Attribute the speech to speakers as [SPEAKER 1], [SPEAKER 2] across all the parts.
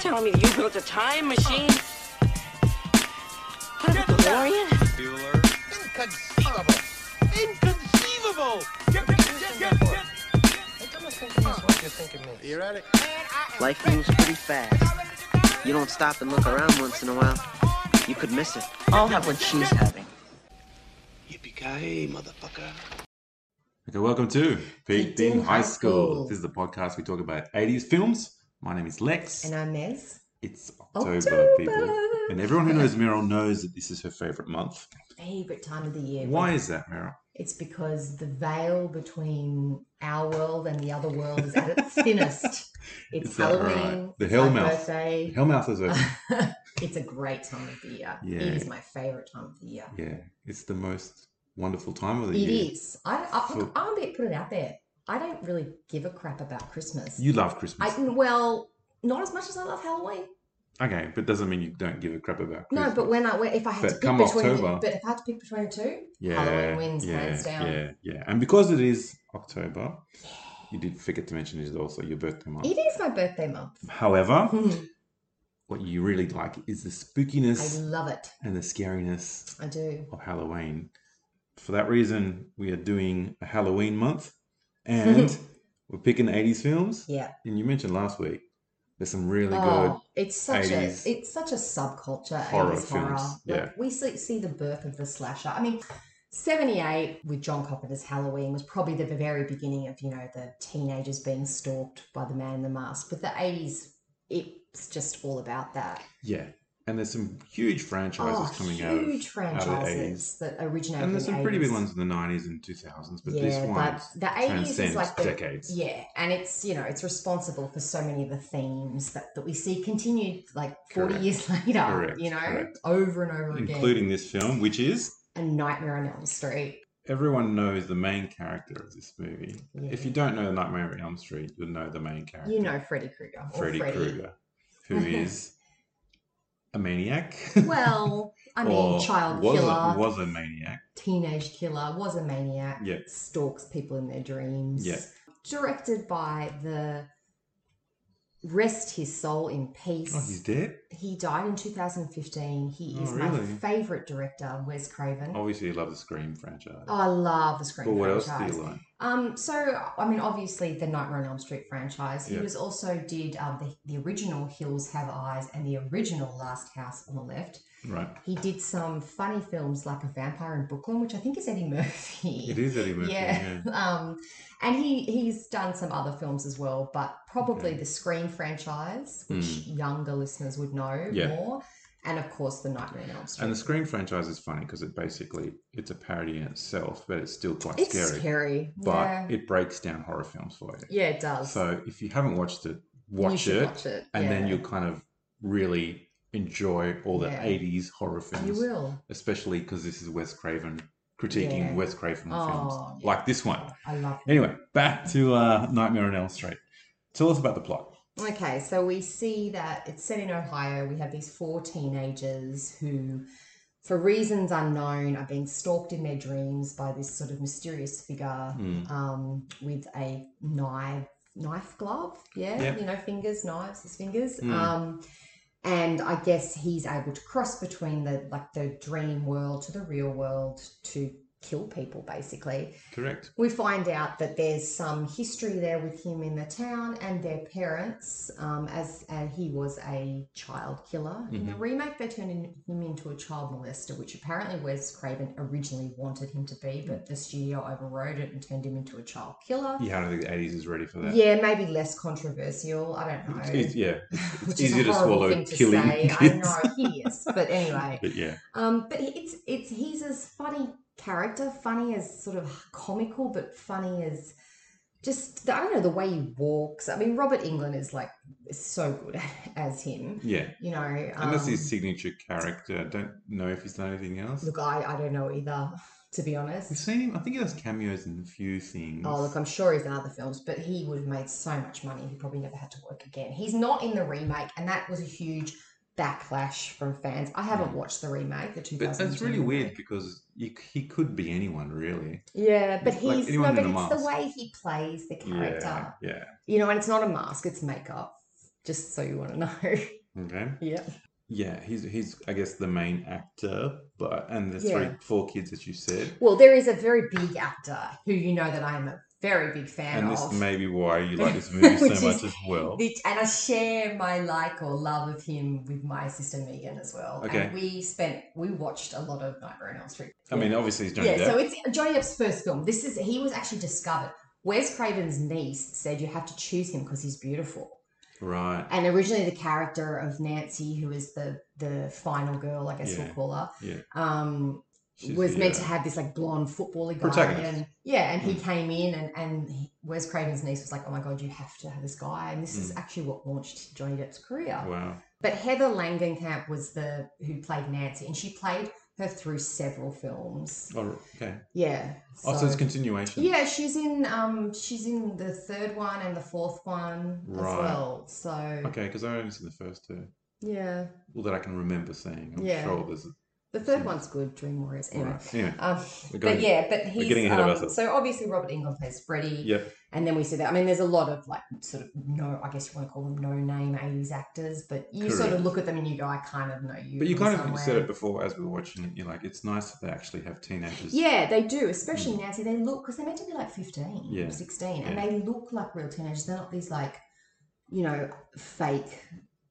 [SPEAKER 1] telling me that you built a time machine? What, a DeLorean?
[SPEAKER 2] Inconceivable! Inconceivable! Get, get, get, get, get. You ready?
[SPEAKER 3] Life moves pretty fast. You don't stop and look around once in a while. You could miss it. I'll have what she's having.
[SPEAKER 2] Yippee-ki-yay, motherfucker.
[SPEAKER 4] Okay, welcome to Peaked in High School.
[SPEAKER 5] School.
[SPEAKER 4] This is the podcast we talk about 80s films. My name is Lex.
[SPEAKER 5] And I'm Mez.
[SPEAKER 4] It's October,
[SPEAKER 5] October.
[SPEAKER 4] people. And everyone who knows Meryl knows that this is her favorite month.
[SPEAKER 5] Favorite time of the year.
[SPEAKER 4] Why is that, Meryl?
[SPEAKER 5] It's because the veil between our world and the other world is at its thinnest. It's
[SPEAKER 4] Is that right?
[SPEAKER 5] Halloween.
[SPEAKER 4] The
[SPEAKER 5] it's
[SPEAKER 4] hell
[SPEAKER 5] my
[SPEAKER 4] mouth.
[SPEAKER 5] Birthday.
[SPEAKER 4] Hellmouth is a.
[SPEAKER 5] it's a great time of the year.
[SPEAKER 4] Yeah.
[SPEAKER 5] It is my favorite time of the year.
[SPEAKER 4] yeah, it's the most wonderful time of
[SPEAKER 5] It
[SPEAKER 4] the
[SPEAKER 5] is.
[SPEAKER 4] year.
[SPEAKER 5] I, I
[SPEAKER 4] For-
[SPEAKER 5] look, I'll be- put it out there. I don't really give a crap about Christmas.
[SPEAKER 4] You love Christmas.
[SPEAKER 5] I well, not as much as I love Halloween.
[SPEAKER 4] Okay, but doesn't mean you don't give a crap about
[SPEAKER 5] No,
[SPEAKER 4] Christmas.
[SPEAKER 5] but when I when- if I had
[SPEAKER 4] But
[SPEAKER 5] to pick
[SPEAKER 4] come
[SPEAKER 5] between,
[SPEAKER 4] October-
[SPEAKER 5] The, but if I had to pick between the two,
[SPEAKER 4] yeah,
[SPEAKER 5] Halloween wins
[SPEAKER 4] yeah,
[SPEAKER 5] hands down.
[SPEAKER 4] Yeah, yeah. And because it is October, you did forget to mention it is also your birthday month.
[SPEAKER 5] it is my birthday month.
[SPEAKER 4] However,
[SPEAKER 5] Hmm,
[SPEAKER 4] what you really like is the
[SPEAKER 5] I
[SPEAKER 4] spookiness
[SPEAKER 5] love it.
[SPEAKER 4] and the scariness
[SPEAKER 5] I do.
[SPEAKER 4] of Halloween. For that reason, we are doing a Halloween month and we're picking 80s films.
[SPEAKER 5] Yeah.
[SPEAKER 4] And you mentioned last week there's some really
[SPEAKER 5] Oh, it's such
[SPEAKER 4] 80s
[SPEAKER 5] a it's such a subculture.
[SPEAKER 4] horror
[SPEAKER 5] 80s horror.
[SPEAKER 4] films,
[SPEAKER 5] Like,
[SPEAKER 4] yeah.
[SPEAKER 5] we see, see the birth of the slasher. I mean, seventy eight with John Carpenter's Halloween was probably the very beginning of you know the teenagers being stalked by the man in the mask. But the eighties, it's just all about that.
[SPEAKER 4] good. Yeah. And there's some huge franchises
[SPEAKER 5] Oh,
[SPEAKER 4] coming out. of-
[SPEAKER 5] huge
[SPEAKER 4] out of the 80s.
[SPEAKER 5] franchises that originate.
[SPEAKER 4] And
[SPEAKER 5] from
[SPEAKER 4] there's
[SPEAKER 5] the
[SPEAKER 4] some pretty big
[SPEAKER 5] 80s.
[SPEAKER 4] ones in the 90s and 2000s, but this
[SPEAKER 5] Yeah,
[SPEAKER 4] one
[SPEAKER 5] but the 80s is
[SPEAKER 4] transcends
[SPEAKER 5] like the-
[SPEAKER 4] decades.
[SPEAKER 5] Yeah, and it's you know it's responsible for so many of the themes that, that we see continued like forty
[SPEAKER 4] Correct.
[SPEAKER 5] years later.
[SPEAKER 4] Correct,
[SPEAKER 5] You know,
[SPEAKER 4] correct.
[SPEAKER 5] over and over again.
[SPEAKER 4] Including this film, which is
[SPEAKER 5] a Nightmare on Elm Street.
[SPEAKER 4] everyone knows the main character of this movie. If
[SPEAKER 5] Yeah.
[SPEAKER 4] you don't know The Nightmare on Elm Street, you'll know the main character.
[SPEAKER 5] You know Freddy Krueger. or
[SPEAKER 4] Freddy Krueger, who is a maniac.
[SPEAKER 5] Well, I mean,
[SPEAKER 4] Or
[SPEAKER 5] child
[SPEAKER 4] was
[SPEAKER 5] killer,
[SPEAKER 4] A, was a maniac.
[SPEAKER 5] teenage killer, was a maniac,
[SPEAKER 4] Yeah.
[SPEAKER 5] stalks people in their dreams.
[SPEAKER 4] Yeah.
[SPEAKER 5] Directed by the Rest His Soul in Peace.
[SPEAKER 4] Oh, he's dead?
[SPEAKER 5] He died in 2015. He
[SPEAKER 4] Oh,
[SPEAKER 5] is
[SPEAKER 4] really?
[SPEAKER 5] my favorite director, Wes Craven. Oh,
[SPEAKER 4] Obviously, you love the Scream franchise.
[SPEAKER 5] I love the Oh, Scream
[SPEAKER 4] but what else do
[SPEAKER 5] franchise.
[SPEAKER 4] you like?
[SPEAKER 5] Um, so I mean, obviously the Nightmare on Elm Street franchise. He
[SPEAKER 4] Yeah.
[SPEAKER 5] was also did um, the the original Hills Have Eyes and the original Last House on the Left.
[SPEAKER 4] Right.
[SPEAKER 5] He did some funny films like A Vampire in Brooklyn, which I think is Eddie Murphy.
[SPEAKER 4] It is Eddie Murphy.
[SPEAKER 5] Yeah.
[SPEAKER 4] Yeah.
[SPEAKER 5] Um, and he he's done some other films as well, but probably
[SPEAKER 4] Okay. Hmm.
[SPEAKER 5] the Scream franchise, which younger listeners would know
[SPEAKER 4] Yeah.
[SPEAKER 5] more, and of course the Nightmare on Elm Street.
[SPEAKER 4] And the Scream franchise is funny because it basically it's a parody in itself, but it's still quite
[SPEAKER 5] it's
[SPEAKER 4] scary.
[SPEAKER 5] scary,
[SPEAKER 4] But
[SPEAKER 5] yeah.
[SPEAKER 4] it breaks down horror films for you.
[SPEAKER 5] yeah, it does.
[SPEAKER 4] So if you haven't watched it,
[SPEAKER 5] You
[SPEAKER 4] watch
[SPEAKER 5] should
[SPEAKER 4] it,
[SPEAKER 5] watch it,
[SPEAKER 4] and then
[SPEAKER 5] yeah.
[SPEAKER 4] you'll kind of really enjoy all the
[SPEAKER 5] Yeah.
[SPEAKER 4] 80s horror films.
[SPEAKER 5] you will.
[SPEAKER 4] especially because this is Wes Craven critiquing
[SPEAKER 5] Yeah.
[SPEAKER 4] Wes Craven
[SPEAKER 5] Oh,
[SPEAKER 4] films
[SPEAKER 5] yeah.
[SPEAKER 4] like this one.
[SPEAKER 5] I love it.
[SPEAKER 4] Anyway, back to uh, Nightmare on Elm Street. Tell us about the plot.
[SPEAKER 5] Okay, so we see that it's set in Ohio. We have these four teenagers who, for reasons unknown, are being stalked in their dreams by this sort of mysterious figure
[SPEAKER 4] Mm.
[SPEAKER 5] um, with a knife, knife glove. Yeah,
[SPEAKER 4] Yeah.
[SPEAKER 5] you know, fingers, knives, his fingers.
[SPEAKER 4] Mm.
[SPEAKER 5] Um, and I guess he's able to cross between the like the dream world to the real world to kill people, basically.
[SPEAKER 4] Correct.
[SPEAKER 5] We find out that there's some history there with him in the town and their parents, um, as uh, he was a child killer. In
[SPEAKER 4] Mm-hmm.
[SPEAKER 5] the remake, they turn in, him into a child molester, which apparently Wes Craven originally wanted him to be, but the studio overrode it and turned him into a child killer.
[SPEAKER 4] Mm. Yeah, I don't think the 80s is ready for that.
[SPEAKER 5] Yeah, maybe less controversial. I don't know.
[SPEAKER 4] It's, it's- yeah,
[SPEAKER 5] Which is
[SPEAKER 4] it's
[SPEAKER 5] a
[SPEAKER 4] easier to
[SPEAKER 5] horrible
[SPEAKER 4] swallow
[SPEAKER 5] thing to
[SPEAKER 4] killing
[SPEAKER 5] say. I
[SPEAKER 4] kids.
[SPEAKER 5] know he is, but anyway.
[SPEAKER 4] But yeah,
[SPEAKER 5] Um, but he- it's it's he's as funny character, funny as sort of comical, but funny as just I don't know the way he walks. I mean, Robert England is like so good as him,
[SPEAKER 4] yeah.
[SPEAKER 5] you know. Um,
[SPEAKER 4] And that's his signature character. I don't know if he's done anything else.
[SPEAKER 5] look, I I don't know either, to be
[SPEAKER 4] We've
[SPEAKER 5] honest.
[SPEAKER 4] seen him, I think he does cameos in a few things.
[SPEAKER 5] Oh, look, I'm sure he's in other films, but he would have made so much money. He probably never had to work again. He's not in the remake, and that was a huge backlash from fans. I haven't
[SPEAKER 4] Mm.
[SPEAKER 5] watched the remake, the
[SPEAKER 4] But
[SPEAKER 5] 2000.
[SPEAKER 4] that's really weird because you, he could be anyone, really.
[SPEAKER 5] Yeah, but
[SPEAKER 4] It's like
[SPEAKER 5] he's
[SPEAKER 4] anyone
[SPEAKER 5] no,
[SPEAKER 4] in
[SPEAKER 5] but
[SPEAKER 4] a
[SPEAKER 5] it's the
[SPEAKER 4] mask.
[SPEAKER 5] way he plays the character.
[SPEAKER 4] Yeah, yeah.
[SPEAKER 5] You know, and it's not a mask; it's makeup. just so you want to know.
[SPEAKER 4] Okay.
[SPEAKER 5] yeah.
[SPEAKER 4] Yeah, he's he's I guess the main actor, but and the three
[SPEAKER 5] Yeah.
[SPEAKER 4] four kids that you said.
[SPEAKER 5] Well, there is a very big actor who you know that I'm a very big fan
[SPEAKER 4] And this
[SPEAKER 5] of.
[SPEAKER 4] may be why you like this movie
[SPEAKER 5] Which
[SPEAKER 4] so
[SPEAKER 5] is-
[SPEAKER 4] much as well.
[SPEAKER 5] The- and I share my like or love of him with my sister Megan as well.
[SPEAKER 4] Okay.
[SPEAKER 5] And we spent, we watched a lot of Nightmare on Elm Street.
[SPEAKER 4] I mean, obviously he's Johnny
[SPEAKER 5] yeah,
[SPEAKER 4] Depp.
[SPEAKER 5] so it's Johnny Depp's first film. This is, he was actually discovered. Wes Craven's niece said you have to choose him because he's beautiful.
[SPEAKER 4] right.
[SPEAKER 5] And originally, the character of Nancy, who is the the final girl, I guess
[SPEAKER 4] Yeah,
[SPEAKER 5] we'll call her,
[SPEAKER 4] yeah.
[SPEAKER 5] um,
[SPEAKER 4] She's
[SPEAKER 5] was
[SPEAKER 4] the,
[SPEAKER 5] meant
[SPEAKER 4] uh,
[SPEAKER 5] to have this like blonde footballer guy,
[SPEAKER 4] Protagonist. Hmm.
[SPEAKER 5] and yeah, and he came in, and and he, Wes Craven's niece was like, "Oh my god, you have to have this guy," and this is actually what launched Johnny Depp's career.
[SPEAKER 4] Hmm. Wow.
[SPEAKER 5] But Heather Langenkamp was the who played Nancy, and she played her through several films.
[SPEAKER 4] Oh, okay.
[SPEAKER 5] Yeah.
[SPEAKER 4] Oh, so it's continuation.
[SPEAKER 5] Yeah, she's in um she's in the third one and the fourth one as
[SPEAKER 4] Right.
[SPEAKER 5] well. So
[SPEAKER 4] Okay, because I only seen the first two.
[SPEAKER 5] yeah.
[SPEAKER 4] Well, that I can remember seeing. I'm
[SPEAKER 5] Yeah.
[SPEAKER 4] sure there's.
[SPEAKER 5] The third one's good, Dream Warriors. Anyway.
[SPEAKER 4] Right. Anyway.
[SPEAKER 5] Um,
[SPEAKER 4] We're
[SPEAKER 5] but
[SPEAKER 4] going-
[SPEAKER 5] yeah, but he's
[SPEAKER 4] getting ahead of
[SPEAKER 5] um,
[SPEAKER 4] ourselves.
[SPEAKER 5] so obviously Robert Englund plays Freddy,
[SPEAKER 4] Yep.
[SPEAKER 5] and then we see that. I mean, there's a lot of like sort of no, I guess you want to call them no name '80s actors, but you sort of
[SPEAKER 4] Correct.
[SPEAKER 5] look at them and you go, I kind of know you.
[SPEAKER 4] But you
[SPEAKER 5] from
[SPEAKER 4] kind of
[SPEAKER 5] somewhere.
[SPEAKER 4] said it before as we were watching it. You're like, it's nice that they actually have teenagers.
[SPEAKER 5] Yeah, they do, especially Nancy. They look because they're meant to be like 15,
[SPEAKER 4] Hmm. Yeah.
[SPEAKER 5] 16, and
[SPEAKER 4] Yeah.
[SPEAKER 5] they look like real teenagers. They're not these like, you know, fake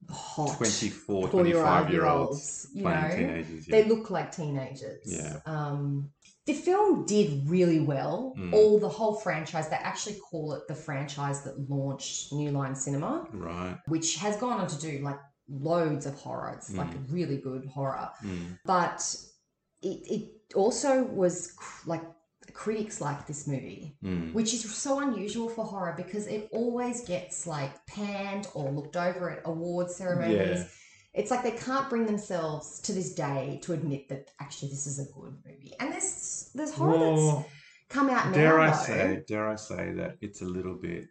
[SPEAKER 5] hot
[SPEAKER 4] 24,
[SPEAKER 5] 25
[SPEAKER 4] 25 year olds
[SPEAKER 5] You
[SPEAKER 4] playing
[SPEAKER 5] know,
[SPEAKER 4] teenagers. Yeah.
[SPEAKER 5] they look like teenagers.
[SPEAKER 4] Yeah.
[SPEAKER 5] Um, the film did really well.
[SPEAKER 4] Mm.
[SPEAKER 5] All the whole franchise. They actually call it the franchise that launched New Line Cinema,
[SPEAKER 4] right.
[SPEAKER 5] which has gone on to do like loads of horror. It's like really good horror,
[SPEAKER 4] Mm.
[SPEAKER 5] but it it also was cr- like critics liked this movie.
[SPEAKER 4] Mm.
[SPEAKER 5] Which is so unusual for horror because it always gets like panned or looked over at award ceremonies
[SPEAKER 4] Yeah.
[SPEAKER 5] it's like they can't bring themselves to this day to admit that actually this is a good movie. And there's there's horror that's
[SPEAKER 4] Well,
[SPEAKER 5] come out now.
[SPEAKER 4] dare I
[SPEAKER 5] though.
[SPEAKER 4] say, dare I say that it's a little bit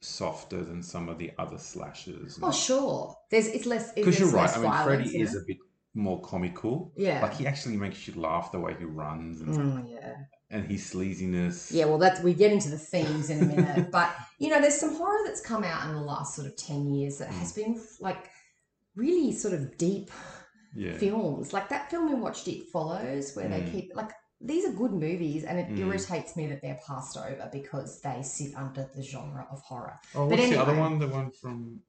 [SPEAKER 4] softer than some of the other slashes.
[SPEAKER 5] Oh sure, there's it's less
[SPEAKER 4] Because
[SPEAKER 5] because
[SPEAKER 4] you're right. I
[SPEAKER 5] Less
[SPEAKER 4] mean,
[SPEAKER 5] violence
[SPEAKER 4] Freddy
[SPEAKER 5] in
[SPEAKER 4] is
[SPEAKER 5] it.
[SPEAKER 4] a bit more comical.
[SPEAKER 5] yeah.
[SPEAKER 4] Like he actually makes you laugh the way he runs and,
[SPEAKER 5] Mm, yeah.
[SPEAKER 4] and his sleaziness.
[SPEAKER 5] Yeah, well, that's we get into the themes in a minute, but you know, there's some horror that's come out in the last sort of ten years that
[SPEAKER 4] Mm.
[SPEAKER 5] has been like really sort of deep
[SPEAKER 4] Yeah.
[SPEAKER 5] films. Like that film we watched, It Follows, where they
[SPEAKER 4] Mm.
[SPEAKER 5] keep like these are good movies, and it
[SPEAKER 4] Mm.
[SPEAKER 5] irritates me that they're passed over because they sit under the genre of horror.
[SPEAKER 4] Oh,
[SPEAKER 5] But
[SPEAKER 4] what's the other
[SPEAKER 5] anyway.
[SPEAKER 4] one? The one from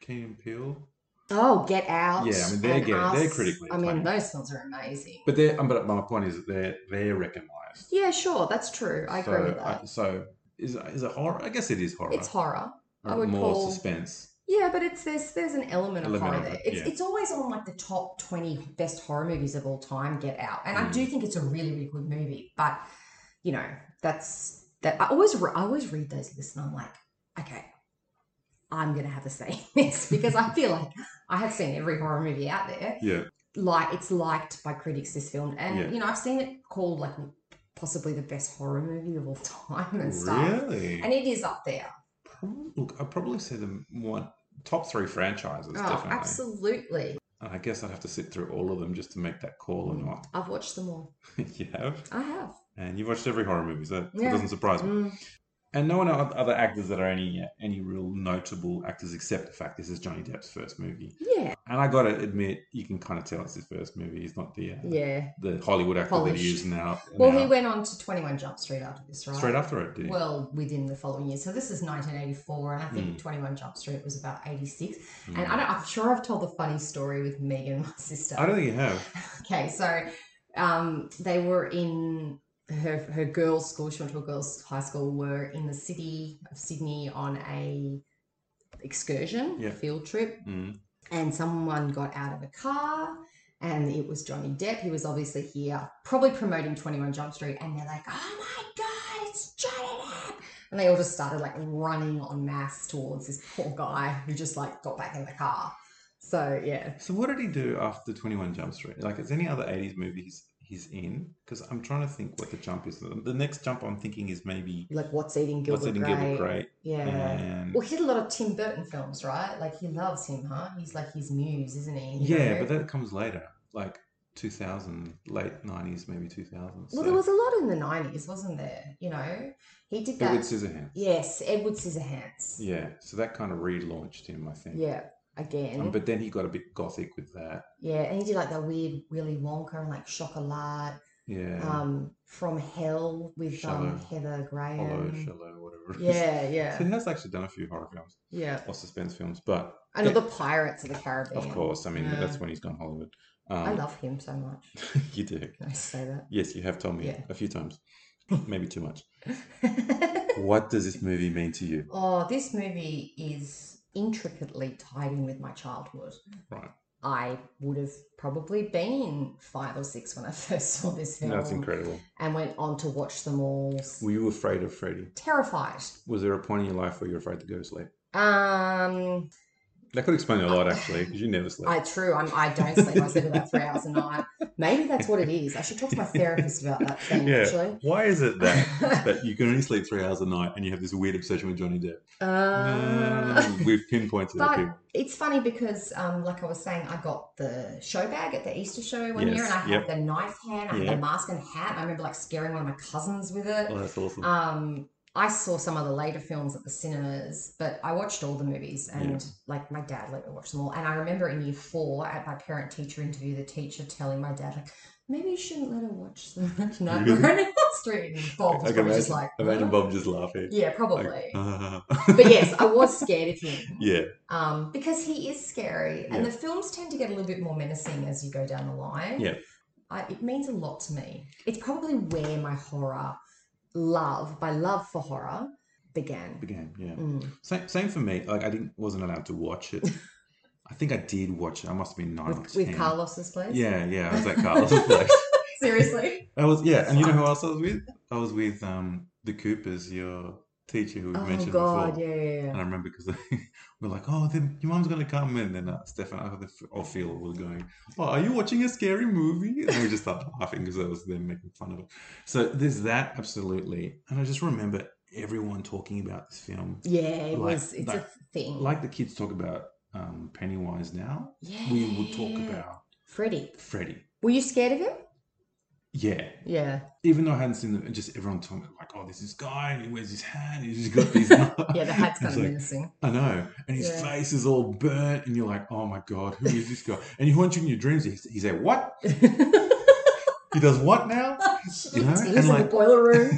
[SPEAKER 4] Keen Peel.
[SPEAKER 5] Oh, Get Out.
[SPEAKER 4] Yeah, I mean, they're
[SPEAKER 5] and
[SPEAKER 4] get- they're
[SPEAKER 5] Us.
[SPEAKER 4] critically
[SPEAKER 5] I mean,
[SPEAKER 4] acclaimed.
[SPEAKER 5] those films are amazing.
[SPEAKER 4] But they're um, but my point is that they're they're recognized.
[SPEAKER 5] yeah, sure, that's true. I
[SPEAKER 4] So,
[SPEAKER 5] agree with that.
[SPEAKER 4] I- so is is it horror? I guess it is horror.
[SPEAKER 5] it's horror. I
[SPEAKER 4] Or
[SPEAKER 5] would
[SPEAKER 4] more
[SPEAKER 5] call-
[SPEAKER 4] suspense.
[SPEAKER 5] Yeah, but it's there's there's an element of
[SPEAKER 4] Element
[SPEAKER 5] horror
[SPEAKER 4] of
[SPEAKER 5] there.
[SPEAKER 4] it,
[SPEAKER 5] It's
[SPEAKER 4] yeah.
[SPEAKER 5] it's always on like the top twenty best horror movies of all time. Get Out, and I
[SPEAKER 4] Mm.
[SPEAKER 5] do think it's a really really good movie. But you know, that's that. I always re- I always read those lists, and I'm like, okay, I'm gonna have to say this because I feel like I have seen every horror movie out there.
[SPEAKER 4] Yeah.
[SPEAKER 5] like it's liked by critics this film and
[SPEAKER 4] Yeah.
[SPEAKER 5] you know i've seen it called like possibly the best horror movie of all time and stuff
[SPEAKER 4] Really?
[SPEAKER 5] and it is up there
[SPEAKER 4] Prob- Look, I'd probably say the one top three franchises
[SPEAKER 5] oh
[SPEAKER 4] definitely.
[SPEAKER 5] absolutely
[SPEAKER 4] And I guess I'd have to sit through all of them just to make that call or not.
[SPEAKER 5] i've watched them all
[SPEAKER 4] you have,
[SPEAKER 5] i have
[SPEAKER 4] and you've watched every horror movie, so
[SPEAKER 5] Yeah.
[SPEAKER 4] it doesn't surprise me.
[SPEAKER 5] Mm.
[SPEAKER 4] And no one o- other actors that are any any real notable actors, except the fact this is Johnny Depp's first movie.
[SPEAKER 5] yeah
[SPEAKER 4] And I gotta admit, you can kind of tell it's his first movie. He's not the uh,
[SPEAKER 5] yeah
[SPEAKER 4] the Hollywood actor that he
[SPEAKER 5] Polished.
[SPEAKER 4] is now.
[SPEAKER 5] well
[SPEAKER 4] now.
[SPEAKER 5] he went on to 21 jump street after this right
[SPEAKER 4] straight after it, did he?
[SPEAKER 5] well within the following year so this is 1984 and i
[SPEAKER 4] Mm.
[SPEAKER 5] think 21 jump street was about 86 and I don't, i'm sure i've told the funny story with megan my sister
[SPEAKER 4] I don't think you have.
[SPEAKER 5] Okay, so um, they were in her her girls' school, she went to a girls' high school, were in the city of Sydney on a excursion,
[SPEAKER 4] Yeah.
[SPEAKER 5] field trip,
[SPEAKER 4] Mm.
[SPEAKER 5] and someone got out of a car. And it was Johnny Depp. He was obviously here, probably promoting 21 Jump Street. And they're like, oh my God, it's Johnny Depp. And they all just started like running en masse towards this poor guy who just like got back in the car. So, yeah.
[SPEAKER 4] So what did he do after Twenty One Jump Street? Like, is any other '80s movie he's, he's in? Because I'm trying to think what the jump is. The next jump I'm thinking is maybe
[SPEAKER 5] Like, what's eating Gilbert
[SPEAKER 4] What's Eating
[SPEAKER 5] Grape?
[SPEAKER 4] Gilbert Grape? Mm-hmm.
[SPEAKER 5] Yeah.
[SPEAKER 4] And
[SPEAKER 5] Well, he did a lot of Tim Burton films, right? Like he loves him, huh? He's like his muse, isn't he? You
[SPEAKER 4] yeah,
[SPEAKER 5] know?
[SPEAKER 4] but that comes later. Like 2000, late 90s, maybe 2000.
[SPEAKER 5] Well, there was a lot in the 90s, wasn't there? You know, he did that.
[SPEAKER 4] Edward Scissorhands.
[SPEAKER 5] Yes, Edward Scissorhands.
[SPEAKER 4] Yeah, so that kind of relaunched him, I think.
[SPEAKER 5] Yeah, again.
[SPEAKER 4] Um, but then he got a bit gothic with that.
[SPEAKER 5] yeah, and he did like that weird Willy Wonka and like Chocolat,
[SPEAKER 4] Yeah.
[SPEAKER 5] um, From Hell with um,
[SPEAKER 4] Shallow.
[SPEAKER 5] Heather
[SPEAKER 4] Hollow,
[SPEAKER 5] Graham.
[SPEAKER 4] Shallow, whatever. it is.
[SPEAKER 5] yeah, yeah,
[SPEAKER 4] So he has actually done a few horror films
[SPEAKER 5] yeah.
[SPEAKER 4] or suspense films, but
[SPEAKER 5] I know
[SPEAKER 4] Yeah.
[SPEAKER 5] the Pirates of the Caribbean.
[SPEAKER 4] of course, I mean,
[SPEAKER 5] Yeah.
[SPEAKER 4] that's when he's gone Hollywood. Um,
[SPEAKER 5] I love him so much.
[SPEAKER 4] you do.
[SPEAKER 5] Can I say that?
[SPEAKER 4] Yes, you have told me
[SPEAKER 5] Yeah.
[SPEAKER 4] a few times, maybe too much. What does this movie mean to you?
[SPEAKER 5] oh, this movie is intricately tied in with my childhood.
[SPEAKER 4] Right.
[SPEAKER 5] I would have probably been five or six when I first saw this film.
[SPEAKER 4] That's incredible.
[SPEAKER 5] And went on to watch them all.
[SPEAKER 4] Were you afraid of Freddy?
[SPEAKER 5] Terrified.
[SPEAKER 4] Was there a point in your life where you were afraid to go to sleep?
[SPEAKER 5] Um,
[SPEAKER 4] That could explain a lot, actually, because you never slept.
[SPEAKER 5] I true. I'm, I don't sleep. I sleep about three hours a night. Maybe that's what it is. I should talk to my therapist about that thing.
[SPEAKER 4] Yeah.
[SPEAKER 5] Actually.
[SPEAKER 4] Why is it that that you can only sleep three hours a night and you have this weird obsession with Johnny Depp?
[SPEAKER 5] Uh,
[SPEAKER 4] Mm, we've pinpointed it.
[SPEAKER 5] but- uh,
[SPEAKER 4] people.
[SPEAKER 5] It's funny because, um, like I was saying, I got the show bag at the Easter show one year,
[SPEAKER 4] Yes,
[SPEAKER 5] and I had
[SPEAKER 4] yep.
[SPEAKER 5] the knife hand, I had
[SPEAKER 4] Yep.
[SPEAKER 5] the mask and hat. and I remember like scaring one of my cousins with it.
[SPEAKER 4] Oh, that's awesome.
[SPEAKER 5] Um, I saw some of the later films at the cinemas, but I watched all the movies, and
[SPEAKER 4] Yeah.
[SPEAKER 5] like my dad let me watch them all. And I remember in year four at my parent teacher interview, the teacher telling my dad like. Maybe you shouldn't let her watch the Much Nightmare on Elm Street. And Bob was
[SPEAKER 4] I can
[SPEAKER 5] probably
[SPEAKER 4] imagine,
[SPEAKER 5] just like,
[SPEAKER 4] imagine
[SPEAKER 5] "Huh?"
[SPEAKER 4] Bob just laughing.
[SPEAKER 5] Yeah,
[SPEAKER 4] Like,
[SPEAKER 5] probably.
[SPEAKER 4] "Ah."
[SPEAKER 5] but yes, I was scared of him
[SPEAKER 4] yeah,
[SPEAKER 5] um, because he is scary, and
[SPEAKER 4] Yeah.
[SPEAKER 5] the films tend to get a little bit more menacing as you go down the line.
[SPEAKER 4] Yeah.
[SPEAKER 5] I, it means a lot to me. It's probably where my horror love, my love for horror, began.
[SPEAKER 4] began. Yeah,
[SPEAKER 5] Mm.
[SPEAKER 4] same, same for me. Like I didn't, wasn't allowed to watch it. I think I did watch it. I must have been nine or
[SPEAKER 5] With,
[SPEAKER 4] ten.
[SPEAKER 5] with Carlos's place.
[SPEAKER 4] Yeah, yeah, I was at Carlos's place.
[SPEAKER 5] seriously.
[SPEAKER 4] I was, yeah, and you know who else I was with? I was with um the Coopers, your teacher who we have
[SPEAKER 5] Oh
[SPEAKER 4] mentioned
[SPEAKER 5] God,
[SPEAKER 4] before.
[SPEAKER 5] yeah, yeah,
[SPEAKER 4] And I
[SPEAKER 5] yeah.
[SPEAKER 4] remember because we're like, oh, then your mom's gonna come, and then uh, Stefan uh, or Phil were going, oh, are you watching a scary movie? And we just started laughing because I was them making fun of it. So there's that absolutely, and I just remember everyone talking about this film,
[SPEAKER 5] Yeah, it
[SPEAKER 4] Like-
[SPEAKER 5] was. It's
[SPEAKER 4] like-
[SPEAKER 5] a thing.
[SPEAKER 4] like the kids talk about um, Pennywise now.
[SPEAKER 5] yeah.
[SPEAKER 4] We would talk about
[SPEAKER 5] Freddy.
[SPEAKER 4] Freddy.
[SPEAKER 5] Were you scared of him?
[SPEAKER 4] Yeah,
[SPEAKER 5] Yeah.
[SPEAKER 4] even though I hadn't seen them, just everyone talking like, oh, there's this guy, and he wears his hat, and he's got these.
[SPEAKER 5] Yeah, the hat's kind
[SPEAKER 4] It's
[SPEAKER 5] of
[SPEAKER 4] like,
[SPEAKER 5] menacing.
[SPEAKER 4] I know. And his
[SPEAKER 5] Yeah.
[SPEAKER 4] face is all burnt, and you're like, oh my God, who is this guy? And you haunt you in your dreams. He's, he's like, what? He does what now?
[SPEAKER 5] He's
[SPEAKER 4] You know?
[SPEAKER 5] in
[SPEAKER 4] And
[SPEAKER 5] the
[SPEAKER 4] like,
[SPEAKER 5] boiler room.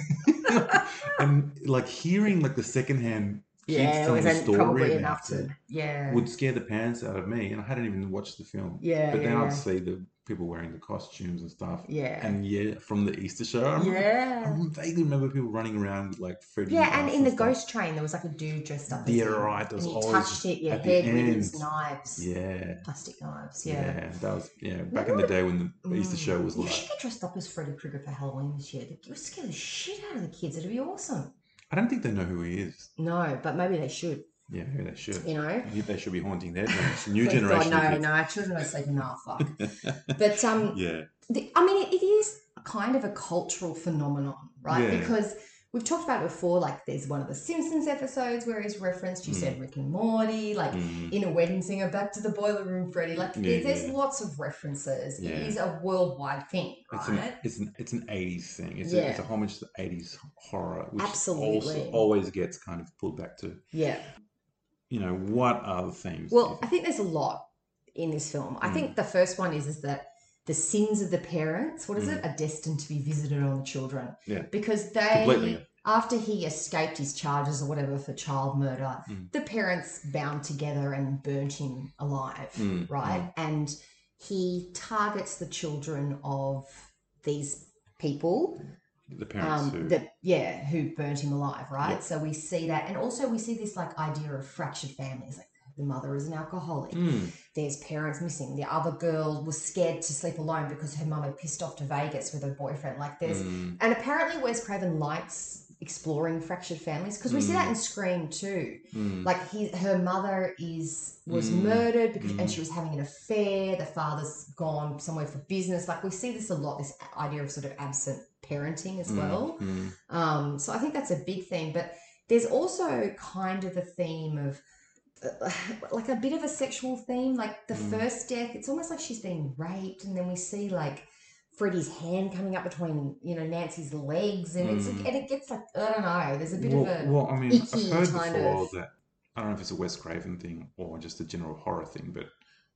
[SPEAKER 4] and like hearing like the secondhand kids
[SPEAKER 5] Yeah, it was
[SPEAKER 4] telling a
[SPEAKER 5] an-
[SPEAKER 4] story
[SPEAKER 5] probably
[SPEAKER 4] about
[SPEAKER 5] enough to.
[SPEAKER 4] it
[SPEAKER 5] Yeah.
[SPEAKER 4] would scare the pants out of me. And I hadn't even watched the film.
[SPEAKER 5] yeah.
[SPEAKER 4] but then
[SPEAKER 5] yeah,
[SPEAKER 4] I'd see the people wearing the costumes and stuff.
[SPEAKER 5] yeah.
[SPEAKER 4] And yeah, from the Easter show. I remember- I
[SPEAKER 5] yeah.
[SPEAKER 4] vaguely remember people running around with like Freddy.
[SPEAKER 5] Yeah, and
[SPEAKER 4] masks
[SPEAKER 5] in the
[SPEAKER 4] stuff.
[SPEAKER 5] ghost train, there was like a dude dressed up. as
[SPEAKER 4] Yeah,
[SPEAKER 5] him,
[SPEAKER 4] right, there was
[SPEAKER 5] And you
[SPEAKER 4] always
[SPEAKER 5] touched it, your
[SPEAKER 4] at the
[SPEAKER 5] head with his
[SPEAKER 4] end.
[SPEAKER 5] knives,
[SPEAKER 4] Yeah.
[SPEAKER 5] plastic knives.
[SPEAKER 4] Yeah.
[SPEAKER 5] Yeah.
[SPEAKER 4] that was yeah. Back in the day when the Easter
[SPEAKER 5] Mm.
[SPEAKER 4] show was
[SPEAKER 5] You
[SPEAKER 4] like,
[SPEAKER 5] should get dressed up as Freddy Krueger for Halloween this year. They would scare the shit out of the kids. It'd be awesome.
[SPEAKER 4] I don't think they know who he is.
[SPEAKER 5] No, but maybe they should.
[SPEAKER 4] Yeah, maybe they should.
[SPEAKER 5] You know.
[SPEAKER 4] Maybe They should be haunting their dreams. New
[SPEAKER 5] Thank God,
[SPEAKER 4] generation. of
[SPEAKER 5] no, no, our children are sleeping. Nah, fuck.
[SPEAKER 4] kids.
[SPEAKER 5] But um,
[SPEAKER 4] yeah,
[SPEAKER 5] the, I mean, it is kind of a cultural phenomenon, right?
[SPEAKER 4] Yeah.
[SPEAKER 5] Because we've talked about it before. Like, there's one of the Simpsons episodes where he's referenced. You
[SPEAKER 4] Mm.
[SPEAKER 5] said Rick and Morty, like
[SPEAKER 4] Mm.
[SPEAKER 5] in a wedding singer, back to the boiler room, Freddy. Like,
[SPEAKER 4] Yeah,
[SPEAKER 5] there- there's
[SPEAKER 4] yeah.
[SPEAKER 5] lots of references.
[SPEAKER 4] Yeah.
[SPEAKER 5] It is a worldwide thing,
[SPEAKER 4] it's an
[SPEAKER 5] right?
[SPEAKER 4] it's an it's an eighties thing. It's, a, it's a
[SPEAKER 5] Yeah.
[SPEAKER 4] homage to eighties horror, which
[SPEAKER 5] Absolutely.
[SPEAKER 4] also always gets kind of pulled back to.
[SPEAKER 5] yeah.
[SPEAKER 4] You know what are the themes? do you
[SPEAKER 5] Well, I
[SPEAKER 4] think?
[SPEAKER 5] think there's a lot in this film. I
[SPEAKER 4] Mm.
[SPEAKER 5] think the first one is is that the sins of the parents, what is it, are destined to be visited on the children.
[SPEAKER 4] Mm. Yeah.
[SPEAKER 5] Because they
[SPEAKER 4] Completely.
[SPEAKER 5] after he escaped his charges or whatever for child murder,
[SPEAKER 4] Mm.
[SPEAKER 5] the parents bound together and burnt him alive,
[SPEAKER 4] Mm,
[SPEAKER 5] right? And he targets the children of these people
[SPEAKER 4] the parents who
[SPEAKER 5] um, that yeah who burnt him alive right
[SPEAKER 4] Yeah.
[SPEAKER 5] so we see that and also we see this like idea of fractured families like the mother is an alcoholic
[SPEAKER 4] Mm,
[SPEAKER 5] there's parents missing. The other girl was scared to sleep alone because her mum had pissed off to Vegas with her boyfriend. Like there's,
[SPEAKER 4] mm,
[SPEAKER 5] and apparently Wes Craven likes exploring fractured families because we see that in Scream too.
[SPEAKER 4] mm.
[SPEAKER 5] Like he, her mother is was
[SPEAKER 4] Mm.
[SPEAKER 5] murdered because,
[SPEAKER 4] Mm.
[SPEAKER 5] and she was having an affair. The father's gone somewhere for business. Like we see this a lot. This idea of sort of absent parenting as
[SPEAKER 4] Mm,
[SPEAKER 5] well.
[SPEAKER 4] mm.
[SPEAKER 5] Um, so I think that's a big theme. But there's also kind of the theme of like a bit of a sexual theme. Like the
[SPEAKER 4] Mm.
[SPEAKER 5] first death, it's almost like she's being raped, and then we see like Freddie's hand coming up between you know Nancy's legs, and it's
[SPEAKER 4] Mm.
[SPEAKER 5] like, and it gets like I don't know. There's a bit
[SPEAKER 4] Well,
[SPEAKER 5] of a
[SPEAKER 4] well, I mean, I've
[SPEAKER 5] icky
[SPEAKER 4] heard
[SPEAKER 5] kind
[SPEAKER 4] before
[SPEAKER 5] of-
[SPEAKER 4] that I don't know if it's a Wes Craven thing or just a general horror thing, but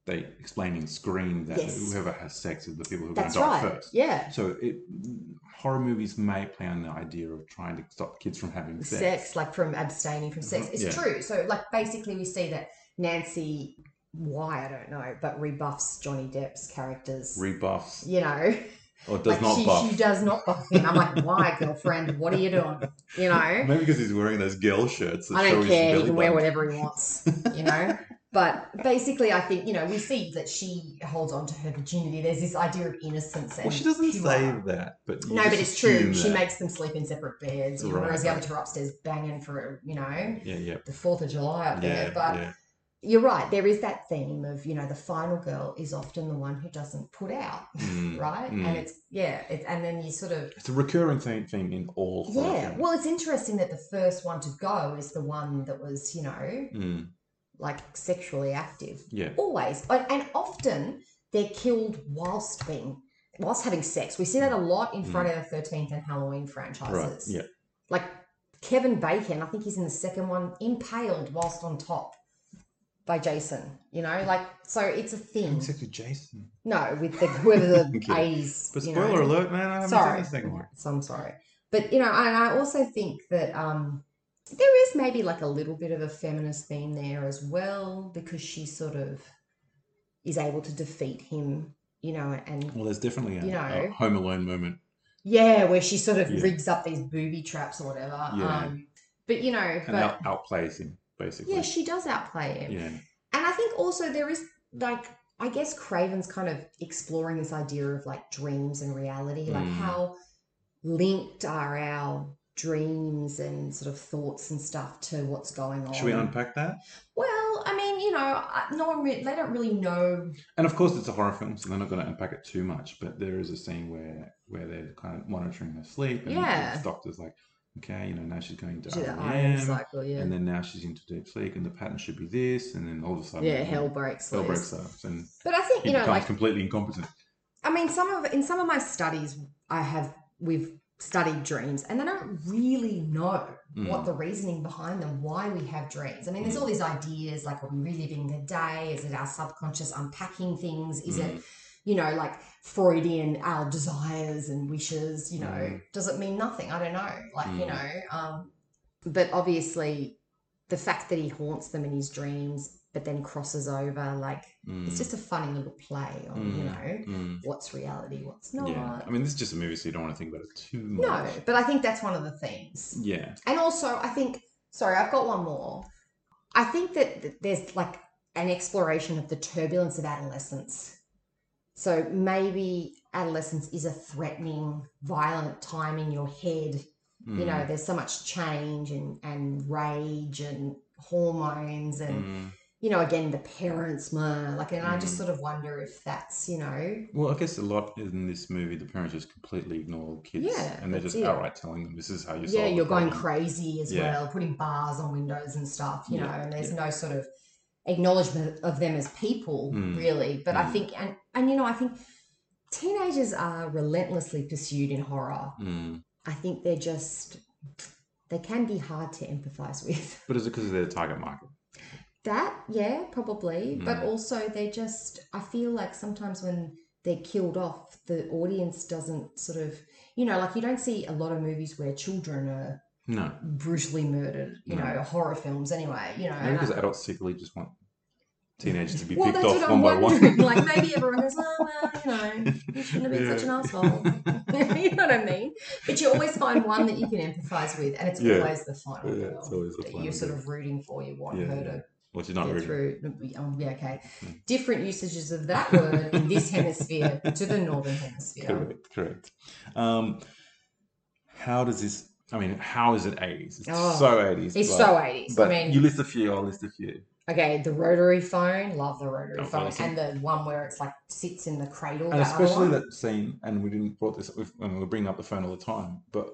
[SPEAKER 4] they explain in Scream that
[SPEAKER 5] Yes.
[SPEAKER 4] whoever has sex is the people who are going
[SPEAKER 5] that's
[SPEAKER 4] to die
[SPEAKER 5] right.
[SPEAKER 4] first.
[SPEAKER 5] Yeah,
[SPEAKER 4] So it, horror movies may play on the idea of trying to stop kids from having
[SPEAKER 5] sex.
[SPEAKER 4] sex.
[SPEAKER 5] like from abstaining from sex.
[SPEAKER 4] Mhm.
[SPEAKER 5] It's
[SPEAKER 4] Yeah.
[SPEAKER 5] true. So like basically, we see that Nancy, why I don't know, but rebuffs Johnny Depp's characters.
[SPEAKER 4] Rebuffs
[SPEAKER 5] you know,
[SPEAKER 4] or does
[SPEAKER 5] like
[SPEAKER 4] not
[SPEAKER 5] she,
[SPEAKER 4] buff.
[SPEAKER 5] she does not buff him. I'm like, why, girlfriend? What are you doing? You know,
[SPEAKER 4] Maybe because he's wearing those girl shirts. That
[SPEAKER 5] I
[SPEAKER 4] show
[SPEAKER 5] don't
[SPEAKER 4] his
[SPEAKER 5] care. He
[SPEAKER 4] belly
[SPEAKER 5] can wear
[SPEAKER 4] button.
[SPEAKER 5] whatever he wants, you know. But basically, I think you know we see that she holds on to her virginity. There's this idea of innocence. And
[SPEAKER 4] Well, she doesn't
[SPEAKER 5] pure-
[SPEAKER 4] say that, but you
[SPEAKER 5] No,
[SPEAKER 4] just
[SPEAKER 5] but it's true.
[SPEAKER 4] assume
[SPEAKER 5] She
[SPEAKER 4] that.
[SPEAKER 5] makes them sleep in separate beds, you know,
[SPEAKER 4] Right,
[SPEAKER 5] whereas the
[SPEAKER 4] right.
[SPEAKER 5] other two are upstairs banging for you know
[SPEAKER 4] Yeah, yeah,
[SPEAKER 5] the Fourth of July up
[SPEAKER 4] yeah,
[SPEAKER 5] there. But
[SPEAKER 4] yeah.
[SPEAKER 5] you're right. There is that theme of you know the final girl is often the one who doesn't put out,
[SPEAKER 4] Mm,
[SPEAKER 5] right?
[SPEAKER 4] mm.
[SPEAKER 5] And it's yeah, it's, and then you sort of
[SPEAKER 4] It's a recurring theme, theme in all. horror
[SPEAKER 5] Yeah,
[SPEAKER 4] films.
[SPEAKER 5] well, it's interesting that the first one to go is the one that was, you know,
[SPEAKER 4] Mm,
[SPEAKER 5] like sexually active.
[SPEAKER 4] yeah.
[SPEAKER 5] Always, and and often they're killed whilst being whilst having sex. We see that a lot in
[SPEAKER 4] Mm.
[SPEAKER 5] Friday the Thirteenth and Halloween
[SPEAKER 4] Right.
[SPEAKER 5] franchises.
[SPEAKER 4] Yeah.
[SPEAKER 5] Like Kevin Bacon, I think he's in the second one, impaled whilst on top by Jason. You know, like so it's a thing.
[SPEAKER 4] Except for Jason.
[SPEAKER 5] No, with the whoever the
[SPEAKER 4] Okay.
[SPEAKER 5] A's.
[SPEAKER 4] But
[SPEAKER 5] you
[SPEAKER 4] spoiler
[SPEAKER 5] know.
[SPEAKER 4] alert, man, I haven't
[SPEAKER 5] Sorry.
[SPEAKER 4] seen this thing. Yet.
[SPEAKER 5] So I'm sorry. But you know, and I also think that um there is maybe like a little bit of a feminist theme there as well, because she sort of is able to defeat him, you know, and
[SPEAKER 4] Well, there's definitely a,
[SPEAKER 5] You know.
[SPEAKER 4] a Home Alone moment.
[SPEAKER 5] yeah, where she sort of
[SPEAKER 4] Yeah.
[SPEAKER 5] rigs up these booby traps or whatever.
[SPEAKER 4] Yeah.
[SPEAKER 5] Um but you know,
[SPEAKER 4] And
[SPEAKER 5] but
[SPEAKER 4] out, outplays him, basically.
[SPEAKER 5] yeah, she does outplay him.
[SPEAKER 4] yeah.
[SPEAKER 5] And I think also there is like I guess Craven's kind of exploring this idea of like dreams and reality, like
[SPEAKER 4] Mm.
[SPEAKER 5] how linked are our dreams and sort of thoughts and stuff to what's going on.
[SPEAKER 4] Should we unpack that?
[SPEAKER 5] well, I mean, you know, I- no one re- they don't really know.
[SPEAKER 4] And of course, it's a horror film, so they're not going to unpack it too much. But there is a scene where where they're kind of monitoring her sleep, and
[SPEAKER 5] Yeah.
[SPEAKER 4] the doctor's like, "Okay, you know, now she's going to
[SPEAKER 5] to the
[SPEAKER 4] REM,
[SPEAKER 5] REM cycle, yeah,
[SPEAKER 4] and then now she's into deep sleep, and the pattern should be this." And then all of a sudden,
[SPEAKER 5] yeah, hell breaks
[SPEAKER 4] hell
[SPEAKER 5] loose.
[SPEAKER 4] breaks loose, and
[SPEAKER 5] But I think
[SPEAKER 4] he
[SPEAKER 5] you know,
[SPEAKER 4] becomes
[SPEAKER 5] like
[SPEAKER 4] completely incompetent.
[SPEAKER 5] I mean, some of in some of my studies, I have we've studied dreams, and they don't really know
[SPEAKER 4] Mm.
[SPEAKER 5] what the reasoning behind them, why we have dreams. I mean, there's all these ideas like, are we reliving the day? Is it our subconscious unpacking things? Is it, you know, like Freudian our desires and wishes? You know,
[SPEAKER 4] Mm.
[SPEAKER 5] does it mean nothing? I don't know. Like, you
[SPEAKER 4] Mm.
[SPEAKER 5] know, um, but obviously, the fact that he haunts them in his dreams, but then crosses over, like,
[SPEAKER 4] Mm.
[SPEAKER 5] it's just a funny little play on, you
[SPEAKER 4] Mm.
[SPEAKER 5] know
[SPEAKER 4] Mm.
[SPEAKER 5] what's reality, what's not.
[SPEAKER 4] Yeah, I mean, this is just a movie, so you don't want to think about it too much.
[SPEAKER 5] no, but I think that's one of the themes.
[SPEAKER 4] Yeah.
[SPEAKER 5] And also, I think, sorry, I've got one more. I think that th- there's like an exploration of the turbulence of adolescence. So maybe adolescence is a threatening, violent time in your head.
[SPEAKER 4] Mm,
[SPEAKER 5] You know, there's so much change and, and rage and hormones and,
[SPEAKER 4] Mm.
[SPEAKER 5] you know, again, the parents, mah, like, and I
[SPEAKER 4] Mm.
[SPEAKER 5] just sort of wonder if that's, you know,
[SPEAKER 4] Well, I guess a lot in this movie, the parents just completely ignore the kids,
[SPEAKER 5] Yeah,
[SPEAKER 4] and they're
[SPEAKER 5] that's
[SPEAKER 4] just
[SPEAKER 5] it.
[SPEAKER 4] outright telling them, "This is how you solve."
[SPEAKER 5] yeah,
[SPEAKER 4] the
[SPEAKER 5] you're going
[SPEAKER 4] problem."
[SPEAKER 5] crazy as
[SPEAKER 4] Yeah.
[SPEAKER 5] well, putting bars on windows and stuff, you
[SPEAKER 4] Yeah,
[SPEAKER 5] know, and there's no sort of acknowledgement of them as people,
[SPEAKER 4] Mm.
[SPEAKER 5] really. But I
[SPEAKER 4] Mm.
[SPEAKER 5] think, and, and you know, I think teenagers are relentlessly pursued in horror.
[SPEAKER 4] Mm.
[SPEAKER 5] I think they're just, they can be hard to empathize with.
[SPEAKER 4] But is it because they're the target market?
[SPEAKER 5] That, yeah, probably. But
[SPEAKER 4] Mm.
[SPEAKER 5] also, they just, I feel like sometimes when they're killed off, the audience doesn't sort of, you know, like you don't see a lot of movies where children are
[SPEAKER 4] No,
[SPEAKER 5] brutally murdered, you
[SPEAKER 4] No.
[SPEAKER 5] know, horror films anyway, you know.
[SPEAKER 4] maybe
[SPEAKER 5] and I-
[SPEAKER 4] because adults secretly just want teenagers to be
[SPEAKER 5] well,
[SPEAKER 4] picked
[SPEAKER 5] that's
[SPEAKER 4] off
[SPEAKER 5] what I'm
[SPEAKER 4] one by
[SPEAKER 5] wondering.
[SPEAKER 4] one.
[SPEAKER 5] like, maybe everyone goes, oh, well, you know, you shouldn't have been such an asshole. you know what I mean? But you always find one that you can empathize with, and it's
[SPEAKER 4] Yeah.
[SPEAKER 5] always the final
[SPEAKER 4] Yeah,
[SPEAKER 5] girl
[SPEAKER 4] it's always the
[SPEAKER 5] that
[SPEAKER 4] final
[SPEAKER 5] you're sort
[SPEAKER 4] girl.
[SPEAKER 5] of rooting for. You want
[SPEAKER 4] Yeah,
[SPEAKER 5] her
[SPEAKER 4] yeah.
[SPEAKER 5] to
[SPEAKER 4] Well, she's not
[SPEAKER 5] get
[SPEAKER 4] really. Hmm.
[SPEAKER 5] through. Um, yeah, okay. Different usages of that word in this hemisphere to the northern hemisphere.
[SPEAKER 4] Correct, correct. Um, how does this? I mean, how is it eighties? It's
[SPEAKER 5] Oh,
[SPEAKER 4] so eighties.
[SPEAKER 5] It's so 80s.
[SPEAKER 4] But
[SPEAKER 5] I mean,
[SPEAKER 4] you list a few. I'll list a few.
[SPEAKER 5] Okay, the rotary phone, love the rotary
[SPEAKER 4] Oh,
[SPEAKER 5] phone,
[SPEAKER 4] awesome.
[SPEAKER 5] and the one where it's like sits in the cradle.
[SPEAKER 4] and
[SPEAKER 5] that other
[SPEAKER 4] especially
[SPEAKER 5] one.
[SPEAKER 4] that scene and we didn't brought this up with- and we bring up the phone all the time but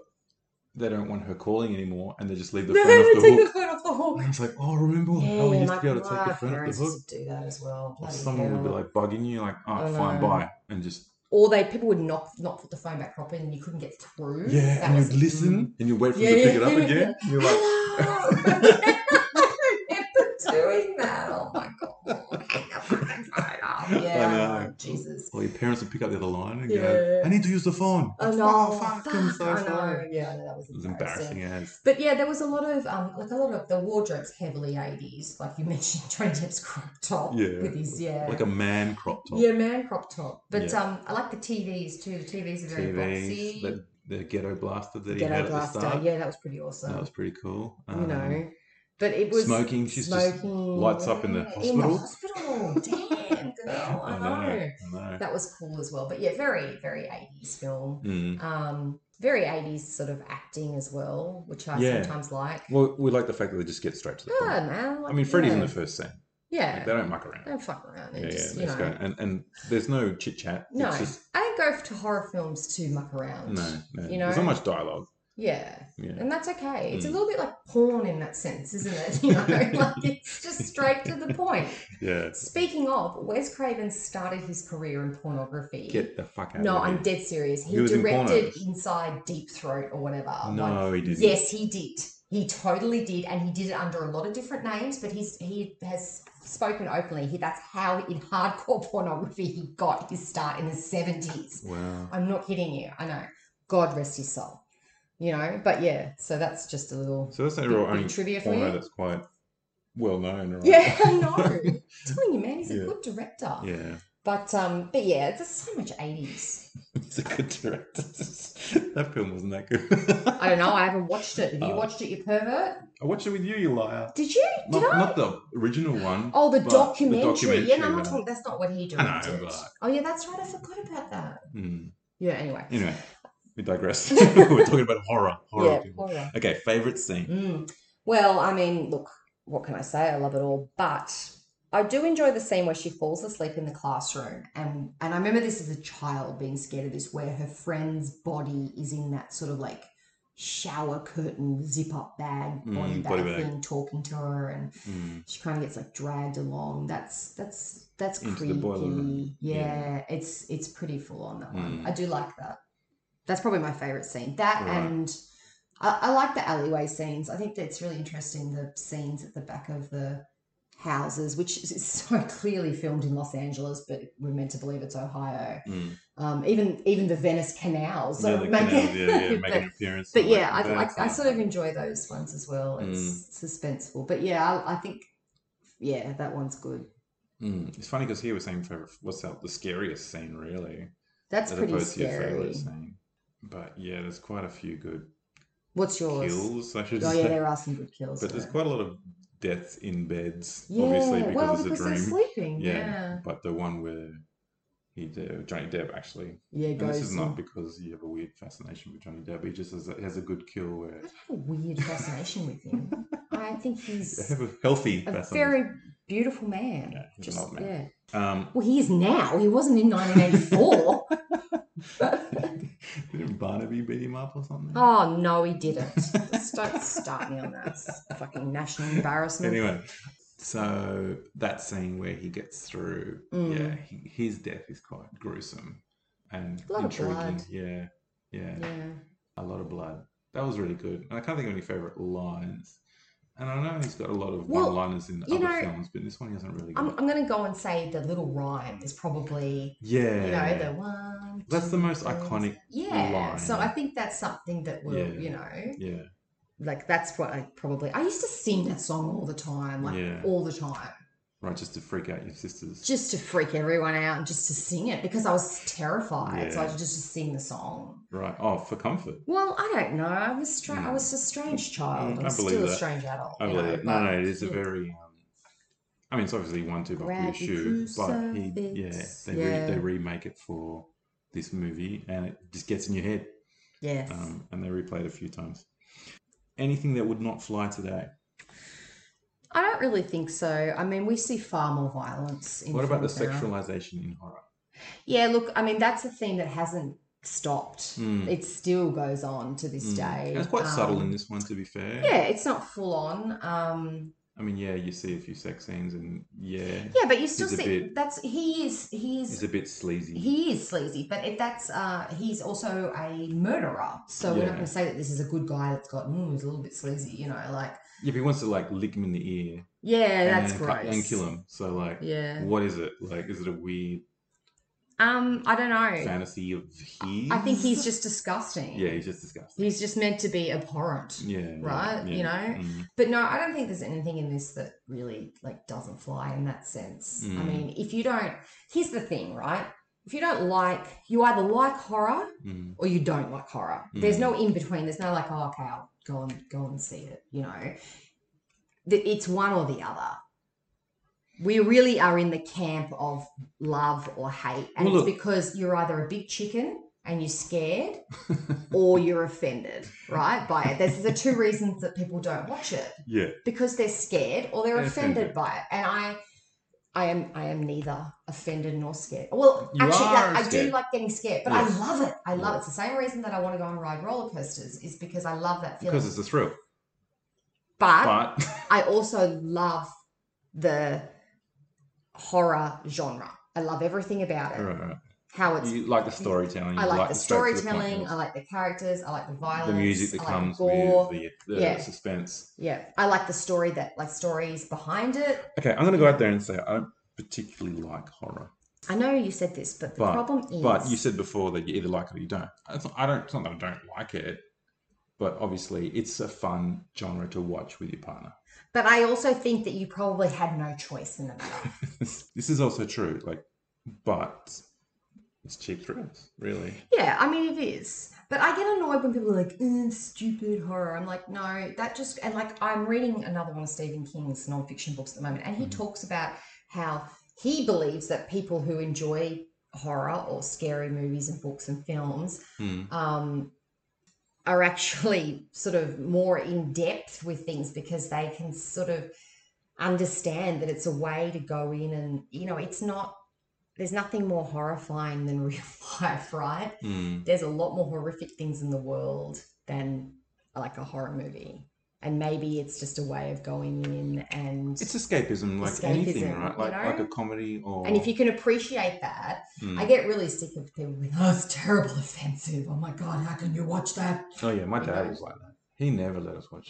[SPEAKER 4] they don't want her calling anymore, and they just leave the
[SPEAKER 5] No,
[SPEAKER 4] phone off the
[SPEAKER 5] take
[SPEAKER 4] hook.
[SPEAKER 5] the phone off the hook.
[SPEAKER 4] And I was like, oh, remember
[SPEAKER 5] Yeah,
[SPEAKER 4] how we used
[SPEAKER 5] my,
[SPEAKER 4] to be able
[SPEAKER 5] my
[SPEAKER 4] to take the phone off
[SPEAKER 5] parents
[SPEAKER 4] the hook?
[SPEAKER 5] used to do that as well.
[SPEAKER 4] Or
[SPEAKER 5] Bloody
[SPEAKER 4] someone would be
[SPEAKER 5] hell.
[SPEAKER 4] like bugging you, like, oh,
[SPEAKER 5] I
[SPEAKER 4] fine,
[SPEAKER 5] know.
[SPEAKER 4] bye, and just
[SPEAKER 5] or they people would not not put the phone back properly, and you couldn't get through.
[SPEAKER 4] yeah,
[SPEAKER 5] Hmm? That
[SPEAKER 4] and
[SPEAKER 5] was- mm.
[SPEAKER 4] you'd listen, and you wait for
[SPEAKER 5] Yeah,
[SPEAKER 4] them to pick
[SPEAKER 5] yeah,
[SPEAKER 4] it up
[SPEAKER 5] yeah,
[SPEAKER 4] again. and You're like,
[SPEAKER 5] Hello. I remember doing that. Oh my god. I fucking phone up. Yeah, I
[SPEAKER 4] know.
[SPEAKER 5] know. Jesus.
[SPEAKER 4] or your parents would pick up the other line and go,
[SPEAKER 5] Yeah.
[SPEAKER 4] I need to use the phone.
[SPEAKER 5] Oh
[SPEAKER 4] It's,
[SPEAKER 5] no,
[SPEAKER 4] fuck,
[SPEAKER 5] fuck,
[SPEAKER 4] I'm so
[SPEAKER 5] I know.
[SPEAKER 4] sorry.
[SPEAKER 5] Yeah, I know, that was
[SPEAKER 4] It was
[SPEAKER 5] embarrassing.
[SPEAKER 4] embarrassing as.
[SPEAKER 5] But yeah, there was a lot of um, like a lot of the wardrobe's heavily eighties, like you mentioned, Johnny Depp's crop top
[SPEAKER 4] Yeah.
[SPEAKER 5] with his yeah,
[SPEAKER 4] Like a man crop top.
[SPEAKER 5] yeah man crop top. But
[SPEAKER 4] Yeah.
[SPEAKER 5] um, I like the TVs too. The TVs are very
[SPEAKER 4] TVs,
[SPEAKER 5] boxy.
[SPEAKER 4] the, the ghetto blaster that he
[SPEAKER 5] Ghetto
[SPEAKER 4] had at
[SPEAKER 5] blaster,
[SPEAKER 4] the start.
[SPEAKER 5] yeah, that was pretty awesome.
[SPEAKER 4] That was pretty cool.
[SPEAKER 5] you
[SPEAKER 4] Um,
[SPEAKER 5] know, but it was
[SPEAKER 4] smoking, she's just
[SPEAKER 5] smoking,
[SPEAKER 4] lights up in the
[SPEAKER 5] yeah,
[SPEAKER 4] hospital.
[SPEAKER 5] hospital. Damn girl, Oh, I know.
[SPEAKER 4] I know.
[SPEAKER 5] That was cool as well. But yeah, very very eighties film.
[SPEAKER 4] Mm.
[SPEAKER 5] Um, very eighties sort of acting as well, which I
[SPEAKER 4] Yeah.
[SPEAKER 5] sometimes like.
[SPEAKER 4] Well, we like the fact that they just get straight to the
[SPEAKER 5] Yeah,
[SPEAKER 4] point.
[SPEAKER 5] man.
[SPEAKER 4] I
[SPEAKER 5] like,
[SPEAKER 4] mean, Freddy's in
[SPEAKER 5] yeah.
[SPEAKER 4] the first scene. Like,
[SPEAKER 5] Yeah.
[SPEAKER 4] they don't muck around.
[SPEAKER 5] Don't fuck around.
[SPEAKER 4] yeah,
[SPEAKER 5] They
[SPEAKER 4] yeah,
[SPEAKER 5] just,
[SPEAKER 4] they
[SPEAKER 5] you
[SPEAKER 4] just
[SPEAKER 5] know.
[SPEAKER 4] go. And, and there's no chit chat.
[SPEAKER 5] No,
[SPEAKER 4] It's just,
[SPEAKER 5] I don't go to horror films to muck around.
[SPEAKER 4] no, no.
[SPEAKER 5] You know?
[SPEAKER 4] There's not much dialogue.
[SPEAKER 5] Yeah.
[SPEAKER 4] Yeah.
[SPEAKER 5] And that's okay. It's a
[SPEAKER 4] Mm.
[SPEAKER 5] little bit like porn in that sense, isn't it? You know, like it's just straight to the point.
[SPEAKER 4] Yeah.
[SPEAKER 5] Speaking of, Wes Craven started his career in pornography.
[SPEAKER 4] Get the fuck out
[SPEAKER 5] no,
[SPEAKER 4] of here.
[SPEAKER 5] I'm dead serious. He,
[SPEAKER 4] He was in
[SPEAKER 5] directed
[SPEAKER 4] pornos.
[SPEAKER 5] Inside Deep Throat or whatever. Like,
[SPEAKER 4] No, he didn't.
[SPEAKER 5] yes, he did. He totally did, and he did it under a lot of different names. But he's he has spoken openly. He, that's how in hardcore pornography he got his start in the seventies.
[SPEAKER 4] Wow.
[SPEAKER 5] I'm not kidding you. I know. God rest his soul. You know, but yeah. So that's just a little
[SPEAKER 4] So that's not
[SPEAKER 5] bit,
[SPEAKER 4] real
[SPEAKER 5] bit
[SPEAKER 4] only
[SPEAKER 5] of trivia for
[SPEAKER 4] porno
[SPEAKER 5] you.
[SPEAKER 4] that's quite well known, right?
[SPEAKER 5] Yeah, I know. I'm telling you, man, he's a
[SPEAKER 4] Yeah.
[SPEAKER 5] good director.
[SPEAKER 4] Yeah.
[SPEAKER 5] But um, but yeah, there's so much 80s.
[SPEAKER 4] He's a good director. that film wasn't that good.
[SPEAKER 5] I don't know. I haven't watched it. Have you
[SPEAKER 4] Oh.
[SPEAKER 5] watched it, you pervert?
[SPEAKER 4] I watched it with you, you liar.
[SPEAKER 5] Did you? Did
[SPEAKER 4] Not,
[SPEAKER 5] I?
[SPEAKER 4] not the original one.
[SPEAKER 5] Oh, the
[SPEAKER 4] but
[SPEAKER 5] documentary. Yeah, no, I'm not
[SPEAKER 4] documentary, no.
[SPEAKER 5] talking. That's not what he
[SPEAKER 4] I know,
[SPEAKER 5] directed.
[SPEAKER 4] but-
[SPEAKER 5] Oh, yeah, that's right. I forgot about that.
[SPEAKER 4] Mm.
[SPEAKER 5] Yeah. Anyway.
[SPEAKER 4] Anyway, we digress. We're talking about horror. Horror
[SPEAKER 5] yeah.
[SPEAKER 4] people.
[SPEAKER 5] horror.
[SPEAKER 4] Okay, favorite scene.
[SPEAKER 5] Mm. Well, I mean, look, what can I say? I love it all, but I do enjoy the scene where she falls asleep in the classroom, and and I remember this as a child being scared of this, where her friend's body is in that sort of like shower curtain zip up bag
[SPEAKER 4] Mm,
[SPEAKER 5] body
[SPEAKER 4] body
[SPEAKER 5] bag
[SPEAKER 4] bag.
[SPEAKER 5] thing talking to her, and
[SPEAKER 4] Mm.
[SPEAKER 5] she kind of gets like dragged along. That's that's that's
[SPEAKER 4] Into
[SPEAKER 5] creepy.
[SPEAKER 4] the boiler room.
[SPEAKER 5] Yeah,
[SPEAKER 4] Yeah.
[SPEAKER 5] it's it's pretty full on that one.
[SPEAKER 4] Mm.
[SPEAKER 5] I do like that. That's probably my favorite scene. That
[SPEAKER 4] Right.
[SPEAKER 5] and I, I like the alleyway scenes. I think that's really interesting. The scenes at the back of the houses, which is is so clearly filmed in Los Angeles, but we're meant to believe it's Ohio.
[SPEAKER 4] Mm.
[SPEAKER 5] Um, even even the Venice canals.
[SPEAKER 4] Yeah,
[SPEAKER 5] are
[SPEAKER 4] the
[SPEAKER 5] making-
[SPEAKER 4] canals, yeah, yeah,
[SPEAKER 5] but-
[SPEAKER 4] making an appearance.
[SPEAKER 5] but
[SPEAKER 4] and, Mm. like,
[SPEAKER 5] yeah, I,
[SPEAKER 4] that's
[SPEAKER 5] I, I
[SPEAKER 4] nice.
[SPEAKER 5] sort of enjoy those ones as well. It's suspenseful. But yeah, I, I think, yeah, that one's good.
[SPEAKER 4] Mm. It's funny because here we're saying favorite. What's that? The scariest scene, really,
[SPEAKER 5] That's
[SPEAKER 4] as
[SPEAKER 5] pretty
[SPEAKER 4] opposed to your eh?
[SPEAKER 5] scary.
[SPEAKER 4] favorite scene. But yeah, there's quite a few good
[SPEAKER 5] What's yours?
[SPEAKER 4] kills. I should
[SPEAKER 5] Oh,
[SPEAKER 4] say.
[SPEAKER 5] yeah, there are some good kills.
[SPEAKER 4] But
[SPEAKER 5] in
[SPEAKER 4] there's
[SPEAKER 5] it.
[SPEAKER 4] quite a lot of deaths in beds,
[SPEAKER 5] yeah,
[SPEAKER 4] obviously, because
[SPEAKER 5] well,
[SPEAKER 4] it's
[SPEAKER 5] because
[SPEAKER 4] a dream.
[SPEAKER 5] they're sleeping.
[SPEAKER 4] yeah.
[SPEAKER 5] Yeah.
[SPEAKER 4] But the one where he did, Johnny Depp actually,
[SPEAKER 5] Yeah,
[SPEAKER 4] and this
[SPEAKER 5] goes.
[SPEAKER 4] is not
[SPEAKER 5] and-
[SPEAKER 4] because you have a weird fascination with Johnny Depp. He just has a, has a good kill where
[SPEAKER 5] I have a weird fascination with him. I think
[SPEAKER 4] I
[SPEAKER 5] he's
[SPEAKER 4] have a healthy
[SPEAKER 5] a
[SPEAKER 4] fascination.
[SPEAKER 5] very beautiful man.
[SPEAKER 4] Yeah, he's an
[SPEAKER 5] Just,
[SPEAKER 4] old man.
[SPEAKER 5] yeah.
[SPEAKER 4] Um,
[SPEAKER 5] Well, he is now. He wasn't in 1984.
[SPEAKER 4] didn't Barnaby beat him up or something?
[SPEAKER 5] oh, no, he didn't. Just don't start me on that. It's fucking national embarrassment.
[SPEAKER 4] Anyway, so that scene where he gets through,
[SPEAKER 5] Mm.
[SPEAKER 4] yeah, he, his death is quite gruesome and
[SPEAKER 5] A lot of
[SPEAKER 4] intriguing.
[SPEAKER 5] blood.
[SPEAKER 4] Yeah, yeah,
[SPEAKER 5] Yeah.
[SPEAKER 4] a lot of blood. That was really good. And I can't think of any favorite lines. And I know he's got a lot of
[SPEAKER 5] Well,
[SPEAKER 4] one-liners in
[SPEAKER 5] you
[SPEAKER 4] other
[SPEAKER 5] know,
[SPEAKER 4] films, but in this one he hasn't really. Got
[SPEAKER 5] I'm, I'm going to go and say the little rhyme is probably,
[SPEAKER 4] yeah,
[SPEAKER 5] you know, the one.
[SPEAKER 4] that's the
[SPEAKER 5] two,
[SPEAKER 4] most
[SPEAKER 5] three.
[SPEAKER 4] iconic.
[SPEAKER 5] Yeah. So I
[SPEAKER 4] line.
[SPEAKER 5] think that's something that will,
[SPEAKER 4] Yeah.
[SPEAKER 5] you know,
[SPEAKER 4] Yeah,
[SPEAKER 5] like that's what I probably, I used to sing that song all the time, like
[SPEAKER 4] Yeah.
[SPEAKER 5] all the time,
[SPEAKER 4] right, just to freak out your sisters.
[SPEAKER 5] just to freak everyone out and just to sing it because I was terrified. So I
[SPEAKER 4] Yeah.
[SPEAKER 5] just, just sing the song.
[SPEAKER 4] Right. Oh, for comfort.
[SPEAKER 5] Well, I don't know. I was stra- I
[SPEAKER 4] Mm.
[SPEAKER 5] was a strange child.
[SPEAKER 4] Mm,
[SPEAKER 5] I'm
[SPEAKER 4] I believe
[SPEAKER 5] still a
[SPEAKER 4] that.
[SPEAKER 5] strange adult.
[SPEAKER 4] I
[SPEAKER 5] you
[SPEAKER 4] believe
[SPEAKER 5] know,
[SPEAKER 4] it. Oh, No,
[SPEAKER 5] but-
[SPEAKER 4] no, it is a
[SPEAKER 5] yeah.
[SPEAKER 4] very. Um, I mean, it's obviously one two buck
[SPEAKER 5] Grab your
[SPEAKER 4] shoe, but he, yeah,
[SPEAKER 5] crucifix.
[SPEAKER 4] they Re,
[SPEAKER 5] Yeah.
[SPEAKER 4] they remake it for this movie, and it just gets in your head.
[SPEAKER 5] Yes.
[SPEAKER 4] Um, and they replay it a few times. Anything that would not fly today.
[SPEAKER 5] I don't really think so. I mean, we see far more violence in
[SPEAKER 4] What about the
[SPEAKER 5] films now.
[SPEAKER 4] sexualization in horror?
[SPEAKER 5] Yeah, look, I mean, that's a theme that hasn't stopped. It still goes on to this day.
[SPEAKER 4] And Hmm. it's Mm. quite subtle in
[SPEAKER 5] Um,
[SPEAKER 4] this one, to be fair.
[SPEAKER 5] Yeah, it's not full on. Um,
[SPEAKER 4] I mean, yeah, you see a few sex scenes, and yeah,
[SPEAKER 5] yeah, but you still
[SPEAKER 4] He's a
[SPEAKER 5] see
[SPEAKER 4] bit-
[SPEAKER 5] that's he is he
[SPEAKER 4] it's
[SPEAKER 5] is
[SPEAKER 4] a bit sleazy.
[SPEAKER 5] he is sleazy, but if that's uh, he's also a murderer, so we're not
[SPEAKER 4] Yeah.
[SPEAKER 5] going to say that this is a good guy that's got mm, he's a little bit sleazy, you know, like
[SPEAKER 4] yeah, but he wants to like lick him in the ear
[SPEAKER 5] yeah, that's
[SPEAKER 4] and,
[SPEAKER 5] gross
[SPEAKER 4] cut- and kill him. So like,
[SPEAKER 5] Yeah.
[SPEAKER 4] what is it? Like, is it a weird
[SPEAKER 5] Um, I don't know.
[SPEAKER 4] fantasy of he?
[SPEAKER 5] I think he's just disgusting.
[SPEAKER 4] yeah, he's just disgusting.
[SPEAKER 5] he's just meant to be abhorrent.
[SPEAKER 4] Yeah, yeah,
[SPEAKER 5] Right, you
[SPEAKER 4] yeah.
[SPEAKER 5] know?
[SPEAKER 4] Mm.
[SPEAKER 5] But no, I don't think there's anything in this that really like doesn't fly in that sense. I
[SPEAKER 4] Mm.
[SPEAKER 5] mean, if you don't, here's the thing, right? If you don't like, you either like horror
[SPEAKER 4] Mm.
[SPEAKER 5] or you don't like horror. There's no in between. There's no like, oh, okay, I'll go and go and see it. You know, Th- it's one or the other. We really are in the camp of love or hate, and
[SPEAKER 4] Well,
[SPEAKER 5] it's
[SPEAKER 4] look-
[SPEAKER 5] because you're either a big chicken and you're scared, or you're offended, right? By it. There's the two reasons that people don't watch it
[SPEAKER 4] yeah.
[SPEAKER 5] because they're scared or they're
[SPEAKER 4] They're
[SPEAKER 5] offended,
[SPEAKER 4] offended.
[SPEAKER 5] by it. And I, I am, I am neither offended nor scared. Well,
[SPEAKER 4] You
[SPEAKER 5] actually,
[SPEAKER 4] are
[SPEAKER 5] that, I do
[SPEAKER 4] scared.
[SPEAKER 5] like getting scared, but
[SPEAKER 4] Yes.
[SPEAKER 5] I love it. I love
[SPEAKER 4] Yeah.
[SPEAKER 5] it. It's the same reason that I want to go and ride roller coasters is because I love that feeling.
[SPEAKER 4] Because it's a thrill.
[SPEAKER 5] but
[SPEAKER 4] But
[SPEAKER 5] I also love the horror genre. I love everything about it.
[SPEAKER 4] All right, all right.
[SPEAKER 5] How it's
[SPEAKER 4] you like the storytelling.
[SPEAKER 5] I
[SPEAKER 4] you
[SPEAKER 5] like, the
[SPEAKER 4] straight to the point
[SPEAKER 5] storytelling.
[SPEAKER 4] of
[SPEAKER 5] I like the characters. I like the violence.
[SPEAKER 4] the music that
[SPEAKER 5] I like
[SPEAKER 4] comes
[SPEAKER 5] the gore.
[SPEAKER 4] with the, the
[SPEAKER 5] Yeah.
[SPEAKER 4] suspense.
[SPEAKER 5] Yeah, I like the story that like stories behind it.
[SPEAKER 4] Okay, I'm gonna go out there and say I don't particularly like horror.
[SPEAKER 5] I know you said this, but the
[SPEAKER 4] But-
[SPEAKER 5] problem is,
[SPEAKER 4] But you said before that you either like it or you don't. It's not, I don't. It's not that I don't like it, but obviously it's a fun genre to watch with your partner.
[SPEAKER 5] but I also think that you probably had no choice in the matter.
[SPEAKER 4] this is also true. Like, but it's cheap thrills, really.
[SPEAKER 5] yeah, I mean it is. But I get annoyed when people are like, "Eh, stupid horror. I'm like, no, that just and like I'm reading another one of Stephen King's nonfiction books at the moment, and he
[SPEAKER 4] Mm-hmm.
[SPEAKER 5] talks about how he believes that people who enjoy horror or scary movies and books and films
[SPEAKER 4] Hmm.
[SPEAKER 5] um, are actually sort of more in depth with things because they can sort of understand that it's a way to go in and you know it's not there's nothing more horrifying than real life right
[SPEAKER 4] Mm.
[SPEAKER 5] there's a lot more horrific things in the world than like a horror movie and maybe it's just a way of going in and
[SPEAKER 4] It's escapism, like anything,
[SPEAKER 5] Escapism,
[SPEAKER 4] right?
[SPEAKER 5] you
[SPEAKER 4] Like
[SPEAKER 5] know?
[SPEAKER 4] like a comedy or
[SPEAKER 5] and if you can appreciate that
[SPEAKER 4] Mm.
[SPEAKER 5] i get really sick of people being oh it's terrible offensive oh my god how can you watch that
[SPEAKER 4] Oh yeah, my
[SPEAKER 5] You
[SPEAKER 4] dad
[SPEAKER 5] know?
[SPEAKER 4] was like that. He never let us watch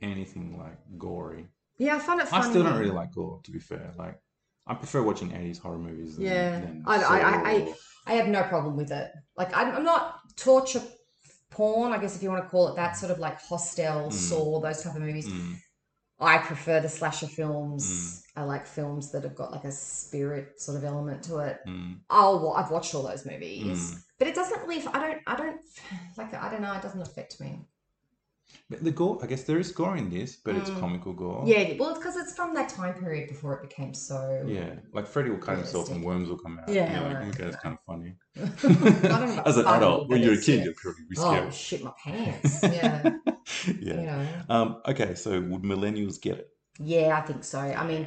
[SPEAKER 4] anything like gory.
[SPEAKER 5] yeah i find it funny
[SPEAKER 4] I still don't really like gore, to be fair. Like, I prefer watching '80s horror movies. Than,
[SPEAKER 5] Yeah.
[SPEAKER 4] than
[SPEAKER 5] I- I- I- I-
[SPEAKER 4] Saw
[SPEAKER 5] I have no problem with it. Like I'm, I'm not torture porn, I guess if you want to call it that, sort of like Hostel,
[SPEAKER 4] Mm.
[SPEAKER 5] Saw, those type of
[SPEAKER 4] or-
[SPEAKER 5] movies.
[SPEAKER 4] Mm,
[SPEAKER 5] I prefer the slasher films. I like films that have got like a spirit sort of element to it.
[SPEAKER 4] mm,
[SPEAKER 5] I'll, wa- I've watched all those movies,
[SPEAKER 4] mm.
[SPEAKER 5] but it doesn't really. I don't. I don't like. I don't know. It doesn't affect me.
[SPEAKER 4] But the gore, I guess there is gore in this, but it's
[SPEAKER 5] Mm.
[SPEAKER 4] comical gore.
[SPEAKER 5] Yeah. Well, it's because it's from that time period before it became so.
[SPEAKER 4] Yeah, like Freddy will cut himself and
[SPEAKER 5] Realistic.
[SPEAKER 4] worms will come out.
[SPEAKER 5] Yeah,
[SPEAKER 4] Yeah, like,
[SPEAKER 5] right,
[SPEAKER 4] okay, that's kind of funny.
[SPEAKER 5] I don't know about
[SPEAKER 4] As an
[SPEAKER 5] funny,
[SPEAKER 4] adult,
[SPEAKER 5] but
[SPEAKER 4] when you're a
[SPEAKER 5] it's-
[SPEAKER 4] kid,
[SPEAKER 5] yeah.
[SPEAKER 4] you're probably be
[SPEAKER 5] Oh
[SPEAKER 4] scared.
[SPEAKER 5] shit! My pants. Yeah.
[SPEAKER 4] yeah.
[SPEAKER 5] You know.
[SPEAKER 4] Um, okay, so would millennials get it?
[SPEAKER 5] Yeah, I think so. I mean,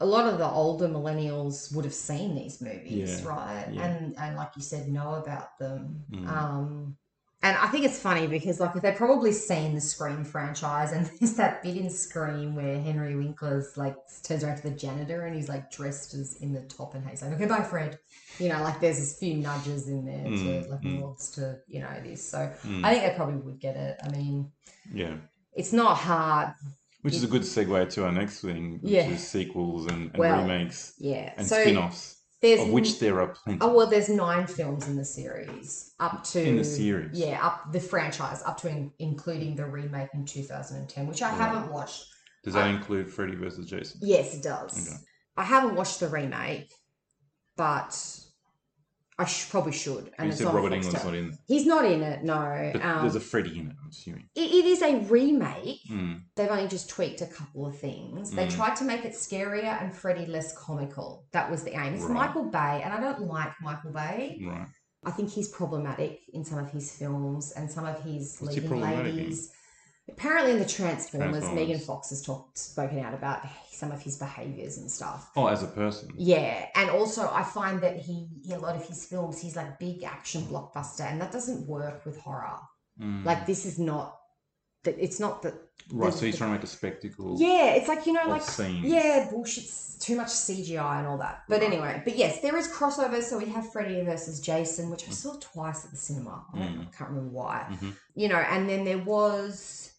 [SPEAKER 5] a lot of the older millennials would have seen these movies,
[SPEAKER 4] Yeah,
[SPEAKER 5] right?
[SPEAKER 4] yeah.
[SPEAKER 5] And and like you said, know about them.
[SPEAKER 4] Mm.
[SPEAKER 5] Um, and I think it's funny because like they've probably seen the Scream franchise, and there's that bit in Scream where Henry Winkler's like turns around to the janitor and he's like dressed as in the top, and he's like, "Okay, bye, Fred." You know, like there's a few nudges in there
[SPEAKER 4] Mm,
[SPEAKER 5] to like
[SPEAKER 4] mm.
[SPEAKER 5] nods to you know this. So
[SPEAKER 4] Mm,
[SPEAKER 5] I think they probably would get it. I mean,
[SPEAKER 4] yeah.
[SPEAKER 5] it's not hard.
[SPEAKER 4] Which is a good segue to our next thing, which
[SPEAKER 5] Yeah.
[SPEAKER 4] is sequels and, and
[SPEAKER 5] Well,
[SPEAKER 4] remakes
[SPEAKER 5] Yeah.
[SPEAKER 4] and
[SPEAKER 5] so
[SPEAKER 4] spin offs,
[SPEAKER 5] there's
[SPEAKER 4] of which there are plenty.
[SPEAKER 5] Oh well, there's nine films in the series, up to
[SPEAKER 4] In the series.
[SPEAKER 5] yeah, up the franchise, up to in, including the remake in 2010, which I
[SPEAKER 4] Right.
[SPEAKER 5] haven't watched.
[SPEAKER 4] Does that include Freddy versus Jason?
[SPEAKER 5] Yes, it does.
[SPEAKER 4] Okay.
[SPEAKER 5] I haven't watched the remake, but I sh- probably should.
[SPEAKER 4] you
[SPEAKER 5] it's
[SPEAKER 4] said
[SPEAKER 5] on
[SPEAKER 4] Robert England's
[SPEAKER 5] Foxtel.
[SPEAKER 4] not in,
[SPEAKER 5] He's not in it. No,
[SPEAKER 4] but
[SPEAKER 5] um,
[SPEAKER 4] there's a Freddy in it. I'm assuming.
[SPEAKER 5] it, it is a remake.
[SPEAKER 4] Mm,
[SPEAKER 5] They've only just tweaked a couple of things. They
[SPEAKER 4] Mm.
[SPEAKER 5] tried to make it scarier and Freddy less comical. That was the aim. It's
[SPEAKER 4] Right.
[SPEAKER 5] Michael Bay, and I don't like Michael Bay.
[SPEAKER 4] right.
[SPEAKER 5] I think he's problematic in some of his films and some of his
[SPEAKER 4] What's he
[SPEAKER 5] leading
[SPEAKER 4] problematic in?
[SPEAKER 5] ladies. Apparently, in the Transformers,
[SPEAKER 4] Transformers.
[SPEAKER 5] Megan Fox has talked, spoken out about some of his behaviors and stuff.
[SPEAKER 4] Oh, as a person.
[SPEAKER 5] Yeah, and also I find that he, a lot of his films, he's like big action blockbuster, and that doesn't work with horror.
[SPEAKER 4] Mm.
[SPEAKER 5] Like this is not that. It's not that.
[SPEAKER 4] right,
[SPEAKER 5] the-
[SPEAKER 4] so he's
[SPEAKER 5] the-
[SPEAKER 4] trying to make a spectacle.
[SPEAKER 5] Yeah, it's like you know,
[SPEAKER 4] Of
[SPEAKER 5] like
[SPEAKER 4] scenes.
[SPEAKER 5] yeah, bullshit's too much CGI and all that. But anyway, but yes, there is crossover. So we have Freddy versus Jason,
[SPEAKER 4] Hmm.
[SPEAKER 5] which I saw twice at the cinema. I, don't, I can't remember why.
[SPEAKER 4] Mhm.
[SPEAKER 5] You know, and then there was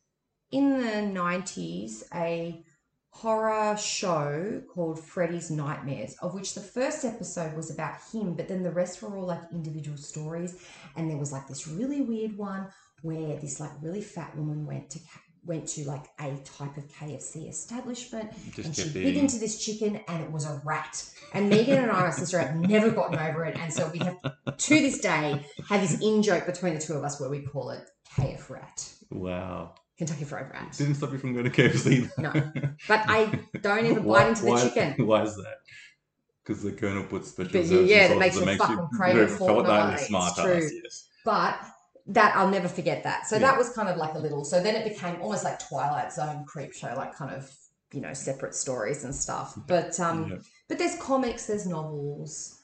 [SPEAKER 5] in the nineties a horror show called Freddy's Nightmares, of which the first episode was about him, but then the rest were all like individual stories. And there was like this really weird one where this like really fat woman went to K- went to like a type of KFC establishment
[SPEAKER 4] Just
[SPEAKER 5] and she
[SPEAKER 4] kept
[SPEAKER 5] bit
[SPEAKER 4] eating.
[SPEAKER 5] into this chicken and it was a rat. And Megan and I, my sister, have never gotten over it. And so we have to this day have this in joke between the two of us where we call it KF rat.
[SPEAKER 4] Wow.
[SPEAKER 5] Kentucky Fried Rat.
[SPEAKER 4] Didn't stop you from going to KFC.
[SPEAKER 5] No. But I don't even
[SPEAKER 4] Why-
[SPEAKER 5] bite into the
[SPEAKER 4] why-
[SPEAKER 5] chicken.
[SPEAKER 4] Why is that? Because the Colonel puts special
[SPEAKER 5] But you-
[SPEAKER 4] reserves
[SPEAKER 5] yeah,
[SPEAKER 4] in
[SPEAKER 5] that
[SPEAKER 4] sauces
[SPEAKER 5] makes you fucking crave it
[SPEAKER 4] very
[SPEAKER 5] for
[SPEAKER 4] felt like
[SPEAKER 5] life.
[SPEAKER 4] a
[SPEAKER 5] It's
[SPEAKER 4] smart
[SPEAKER 5] true.
[SPEAKER 4] ass, yes.
[SPEAKER 5] But that I'll never forget that. So that
[SPEAKER 4] Yeah.
[SPEAKER 5] was kind of like a little. So then it became almost like Twilight Zone creep show, like kind of you know separate stories and stuff. But um,
[SPEAKER 4] Yeah.
[SPEAKER 5] but there's comics, there's novels.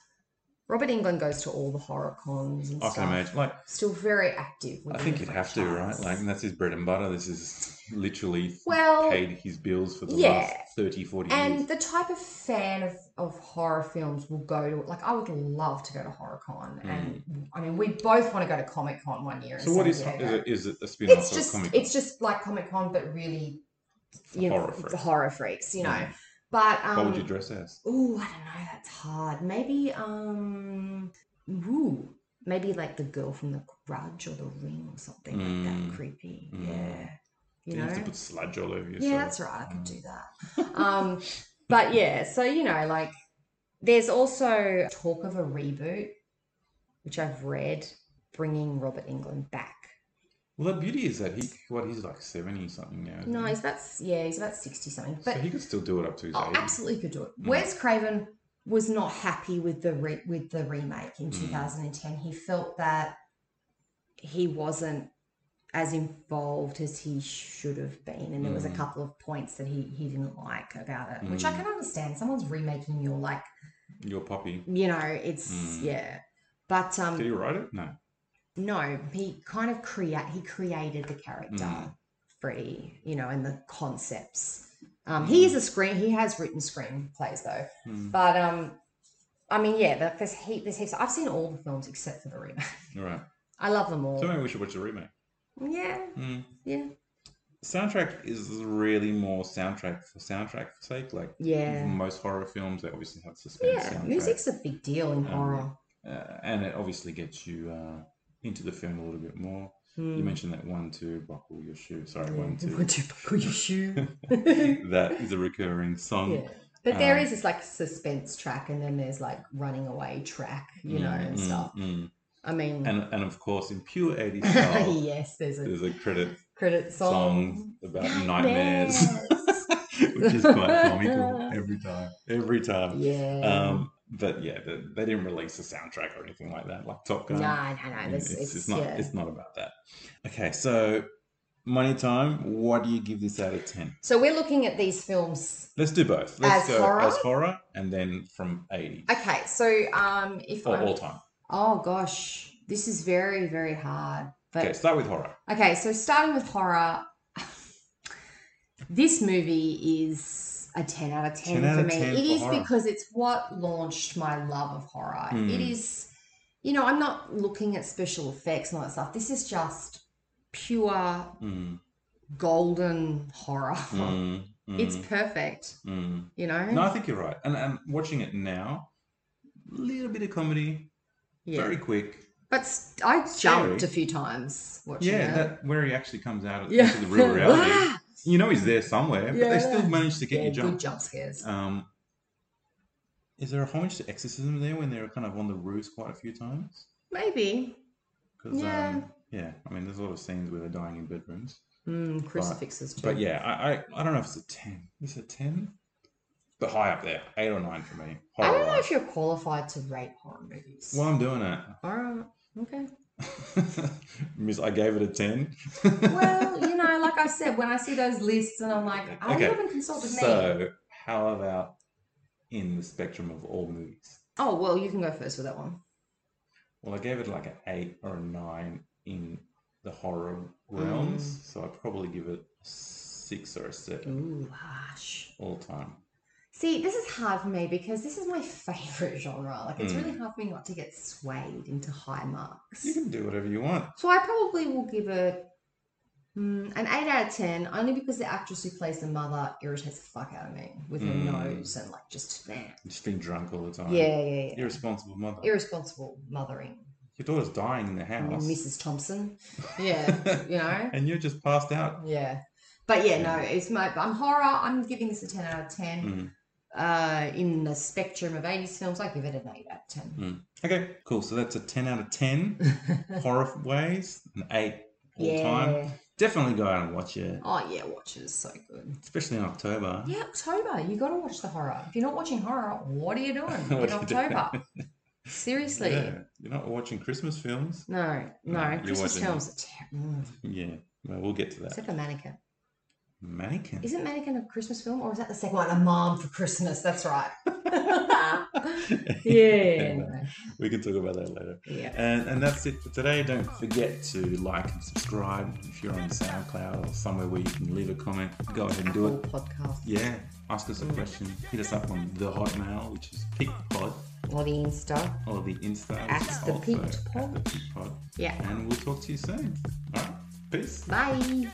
[SPEAKER 5] Robert England goes to all the horror cons and
[SPEAKER 4] I
[SPEAKER 5] stuff.
[SPEAKER 4] can imagine. Like,
[SPEAKER 5] Still very active.
[SPEAKER 4] I
[SPEAKER 5] within
[SPEAKER 4] think
[SPEAKER 5] the
[SPEAKER 4] you'd have to, right?
[SPEAKER 5] franchise.
[SPEAKER 4] Like, and that's his bread and butter. This is literally
[SPEAKER 5] Well,
[SPEAKER 4] paid his bills for the
[SPEAKER 5] yeah.
[SPEAKER 4] last 30, 40
[SPEAKER 5] and
[SPEAKER 4] years.
[SPEAKER 5] the type of fan of, of horror films will go to like I would love to go to HorrorCon, and I mean we both want to go to Comic Con one year. in
[SPEAKER 4] Hmm. So what
[SPEAKER 5] San
[SPEAKER 4] is
[SPEAKER 5] Diego.
[SPEAKER 4] is it, is it a spin-off
[SPEAKER 5] it's
[SPEAKER 4] of
[SPEAKER 5] just
[SPEAKER 4] comic?
[SPEAKER 5] it's just like Comic Con, but really, you know,
[SPEAKER 4] horror
[SPEAKER 5] for
[SPEAKER 4] freaks.
[SPEAKER 5] horror freaks, you know.
[SPEAKER 4] Mm.
[SPEAKER 5] But um,
[SPEAKER 4] what would you dress as?
[SPEAKER 5] ooh, I don't know. That's hard. Maybe um, ooh, maybe like the girl from the Grudge or the Ring or something like
[SPEAKER 4] Mm.
[SPEAKER 5] that. Creepy,
[SPEAKER 4] Mm.
[SPEAKER 5] yeah. You
[SPEAKER 4] You,
[SPEAKER 5] know,
[SPEAKER 4] have to put sludge all over yourself. Mm.
[SPEAKER 5] yeah, that's right. I could do that. Um, but yeah, so you know, like there's also talk of a reboot, which I've read, bringing Robert England back.
[SPEAKER 4] Well, the beauty is that he, what, he's like 70 something now. isn't
[SPEAKER 5] No,
[SPEAKER 4] he?
[SPEAKER 5] he's about s- yeah, he's about sixty something.
[SPEAKER 4] So
[SPEAKER 5] But
[SPEAKER 4] he could still do it up to his
[SPEAKER 5] oh,
[SPEAKER 4] 80.
[SPEAKER 5] absolutely could do it.
[SPEAKER 4] Mm.
[SPEAKER 5] Wes Craven was not happy with the re- with the remake in
[SPEAKER 4] Mm.
[SPEAKER 5] 2010. He felt that he wasn't as involved as he should have been, and there was a
[SPEAKER 4] Mm.
[SPEAKER 5] couple of points that he he didn't like about it, which I
[SPEAKER 4] Mm.
[SPEAKER 5] can understand. Someone's remaking your like
[SPEAKER 4] Your poppy.
[SPEAKER 5] you know it's
[SPEAKER 4] Mm.
[SPEAKER 5] yeah. But um,
[SPEAKER 4] Did he write it? No.
[SPEAKER 5] no, he kind of create he created the character
[SPEAKER 4] Mm.
[SPEAKER 5] Freddy, you know, and the concepts. Um, he is a screen. He has written screenplays though,
[SPEAKER 4] Mm.
[SPEAKER 5] but um, I mean, yeah, there- there's heap, there's heaps. I've seen all the films except for the remake.
[SPEAKER 4] All right.
[SPEAKER 5] I love them all.
[SPEAKER 4] So maybe we should watch the remake.
[SPEAKER 5] Yeah,
[SPEAKER 4] Mm.
[SPEAKER 5] yeah,
[SPEAKER 4] Soundtrack is really more soundtrack for soundtrack sake. Like
[SPEAKER 5] yeah,
[SPEAKER 4] most horror films, they obviously have suspense
[SPEAKER 5] yeah.
[SPEAKER 4] soundtrack.
[SPEAKER 5] Music's a big deal in
[SPEAKER 4] Um,
[SPEAKER 5] horror.
[SPEAKER 4] Uh, and it obviously gets you uh, into the film a little bit more. You
[SPEAKER 5] Mm.
[SPEAKER 4] mentioned that one, two, buckle your shoe. Sorry,
[SPEAKER 5] Yeah.
[SPEAKER 4] one, two.
[SPEAKER 5] One, two, buckle your shoe.
[SPEAKER 4] that is a recurring song.
[SPEAKER 5] Yeah. But there
[SPEAKER 4] Um,
[SPEAKER 5] is this like suspense track, and then there's like running away track, you know,
[SPEAKER 4] Mm,
[SPEAKER 5] and
[SPEAKER 4] mm,
[SPEAKER 5] stuff.
[SPEAKER 4] mm.
[SPEAKER 5] I mean,
[SPEAKER 4] And and of course, in pure 80s style,
[SPEAKER 5] yes, there's a
[SPEAKER 4] there's a credit
[SPEAKER 5] credit
[SPEAKER 4] song
[SPEAKER 5] song.
[SPEAKER 4] about nightmares, which is quite comical every time. Every time.
[SPEAKER 5] yeah.
[SPEAKER 4] Um, but yeah, they, they didn't release a soundtrack or anything like that, like Top
[SPEAKER 5] no,
[SPEAKER 4] Gun.
[SPEAKER 5] no, no.
[SPEAKER 4] And
[SPEAKER 5] This,
[SPEAKER 4] um, it's,
[SPEAKER 5] it's,
[SPEAKER 4] it's not.
[SPEAKER 5] yeah.
[SPEAKER 4] It's not about that. Okay, so money time. What do you give this out of ten?
[SPEAKER 5] so we're looking at these films.
[SPEAKER 4] Let's do both. Let's
[SPEAKER 5] As
[SPEAKER 4] go
[SPEAKER 5] horror?
[SPEAKER 4] as horror and then from eighty
[SPEAKER 5] Okay, so um, if
[SPEAKER 4] or
[SPEAKER 5] I
[SPEAKER 4] all time.
[SPEAKER 5] oh gosh, this is very very hard. But
[SPEAKER 4] Okay, start with horror.
[SPEAKER 5] Okay, so starting with horror, this movie is a 10 out of 10,
[SPEAKER 4] 10 out
[SPEAKER 5] for
[SPEAKER 4] of
[SPEAKER 5] me.
[SPEAKER 4] 10
[SPEAKER 5] It
[SPEAKER 4] for
[SPEAKER 5] is
[SPEAKER 4] horror.
[SPEAKER 5] because it's what launched my love of horror. It
[SPEAKER 4] Mm.
[SPEAKER 5] is, you know, I'm not looking at special effects and all that stuff. This is just pure
[SPEAKER 4] Mm,
[SPEAKER 5] golden horror.
[SPEAKER 4] mm, mm,
[SPEAKER 5] It's perfect,
[SPEAKER 4] mm.
[SPEAKER 5] you know?
[SPEAKER 4] No, I think you're right. And and watching it now, little bit of comedy,
[SPEAKER 5] yeah.
[SPEAKER 4] very quick.
[SPEAKER 5] But s- I
[SPEAKER 4] Scary.
[SPEAKER 5] jumped a few times watching
[SPEAKER 4] Yeah,
[SPEAKER 5] it.
[SPEAKER 4] that where he actually comes out
[SPEAKER 5] Yeah.
[SPEAKER 4] into the real reality.
[SPEAKER 5] Ah!
[SPEAKER 4] you know he's there somewhere, but
[SPEAKER 5] Yeah.
[SPEAKER 4] they still manage to get
[SPEAKER 5] yeah,
[SPEAKER 4] you
[SPEAKER 5] good
[SPEAKER 4] jump.
[SPEAKER 5] jump scares.
[SPEAKER 4] Um, is there a homage to exorcism there when they're kind of on the roofs quite a few times?
[SPEAKER 5] Maybe.
[SPEAKER 4] 'Cause,
[SPEAKER 5] Yeah.
[SPEAKER 4] Um, yeah. I mean, there's a lot of scenes where they're dying in bedrooms.
[SPEAKER 5] Mm, crucifixes too.
[SPEAKER 4] But yeah, I, I, I don't know if it's a 10. Is it a 10? But high up there. 8 or 9 for me.
[SPEAKER 5] I don't know
[SPEAKER 4] Horror-wise.
[SPEAKER 5] if you're qualified to rate horror movies.
[SPEAKER 4] Well, I'm doing it.
[SPEAKER 5] All right. Okay.
[SPEAKER 4] Miss, I gave it a 10.
[SPEAKER 5] well, you know, like I said, when I see those lists and I'm like, I
[SPEAKER 4] Okay,
[SPEAKER 5] haven't consulted me.
[SPEAKER 4] so, how about in the spectrum of all movies?
[SPEAKER 5] Oh, well, you can go first with that one.
[SPEAKER 4] Well, I gave it like an eight or a nine in the horror realms, so I'd probably give it a six or a seven
[SPEAKER 5] Mm. Ooh, harsh.
[SPEAKER 4] all time.
[SPEAKER 5] See, this is hard for me because this is my favorite genre. Like, it's
[SPEAKER 4] Mm.
[SPEAKER 5] really hard for me not to get swayed into high marks.
[SPEAKER 4] You can do whatever you want.
[SPEAKER 5] So I probably will give it mm, an 8 out of 10, only because the actress who plays the mother irritates the fuck out of me with her
[SPEAKER 4] Mm.
[SPEAKER 5] nose and, like, just that.
[SPEAKER 4] Just being drunk all the time.
[SPEAKER 5] Yeah, yeah, yeah.
[SPEAKER 4] Irresponsible mother.
[SPEAKER 5] Irresponsible mothering.
[SPEAKER 4] Your daughter's dying in the house.
[SPEAKER 5] Mrs. Thompson. Yeah, you know?
[SPEAKER 4] and you're just passed out.
[SPEAKER 5] Yeah. But yeah, no,
[SPEAKER 4] Yeah.
[SPEAKER 5] it's my I'm horror. I'm giving this a ten out of ten.
[SPEAKER 4] Mm.
[SPEAKER 5] Uh, in the spectrum of eighties films, I give it an eight out of
[SPEAKER 4] Mm.
[SPEAKER 5] ten.
[SPEAKER 4] Okay, cool. So that's a 10 out of 10 horror ways, an 8 all time.
[SPEAKER 5] Yeah.
[SPEAKER 4] Definitely go out and watch it,
[SPEAKER 5] Oh yeah, Watch is so good.
[SPEAKER 4] especially in October.
[SPEAKER 5] Yeah, October. You got to watch the horror. If you're not watching horror, what are you doing
[SPEAKER 4] What
[SPEAKER 5] in
[SPEAKER 4] are you doing?
[SPEAKER 5] October? Seriously.
[SPEAKER 4] Yeah, You're not watching Christmas films.
[SPEAKER 5] No,
[SPEAKER 4] No,
[SPEAKER 5] no.
[SPEAKER 4] you're
[SPEAKER 5] Christmas
[SPEAKER 4] watching
[SPEAKER 5] films are terrible.
[SPEAKER 4] Yeah, well, we'll get to that.
[SPEAKER 5] Except for Mannequin.
[SPEAKER 4] Mannequin.
[SPEAKER 5] Isn't Mannequin a Christmas film, or is that the second one? A Mom for Christmas. That's right. yeah.
[SPEAKER 4] we can talk about that later.
[SPEAKER 5] Yeah.
[SPEAKER 4] And, and that's it for today. Don't forget to like and subscribe if you're on SoundCloud or somewhere where you can leave a comment. Go ahead and do
[SPEAKER 5] Apple
[SPEAKER 4] it.
[SPEAKER 5] podcast.
[SPEAKER 4] Yeah, ask us a question. Hit us up on the Hotmail, which is PeakPod,
[SPEAKER 5] Or the Insta.
[SPEAKER 4] or the Insta, which
[SPEAKER 5] At
[SPEAKER 4] is
[SPEAKER 5] the
[SPEAKER 4] also
[SPEAKER 5] Peaked Pod.
[SPEAKER 4] at the Peaked Pod.
[SPEAKER 5] Yeah.
[SPEAKER 4] And we'll talk to you soon. All right, peace.
[SPEAKER 5] Bye.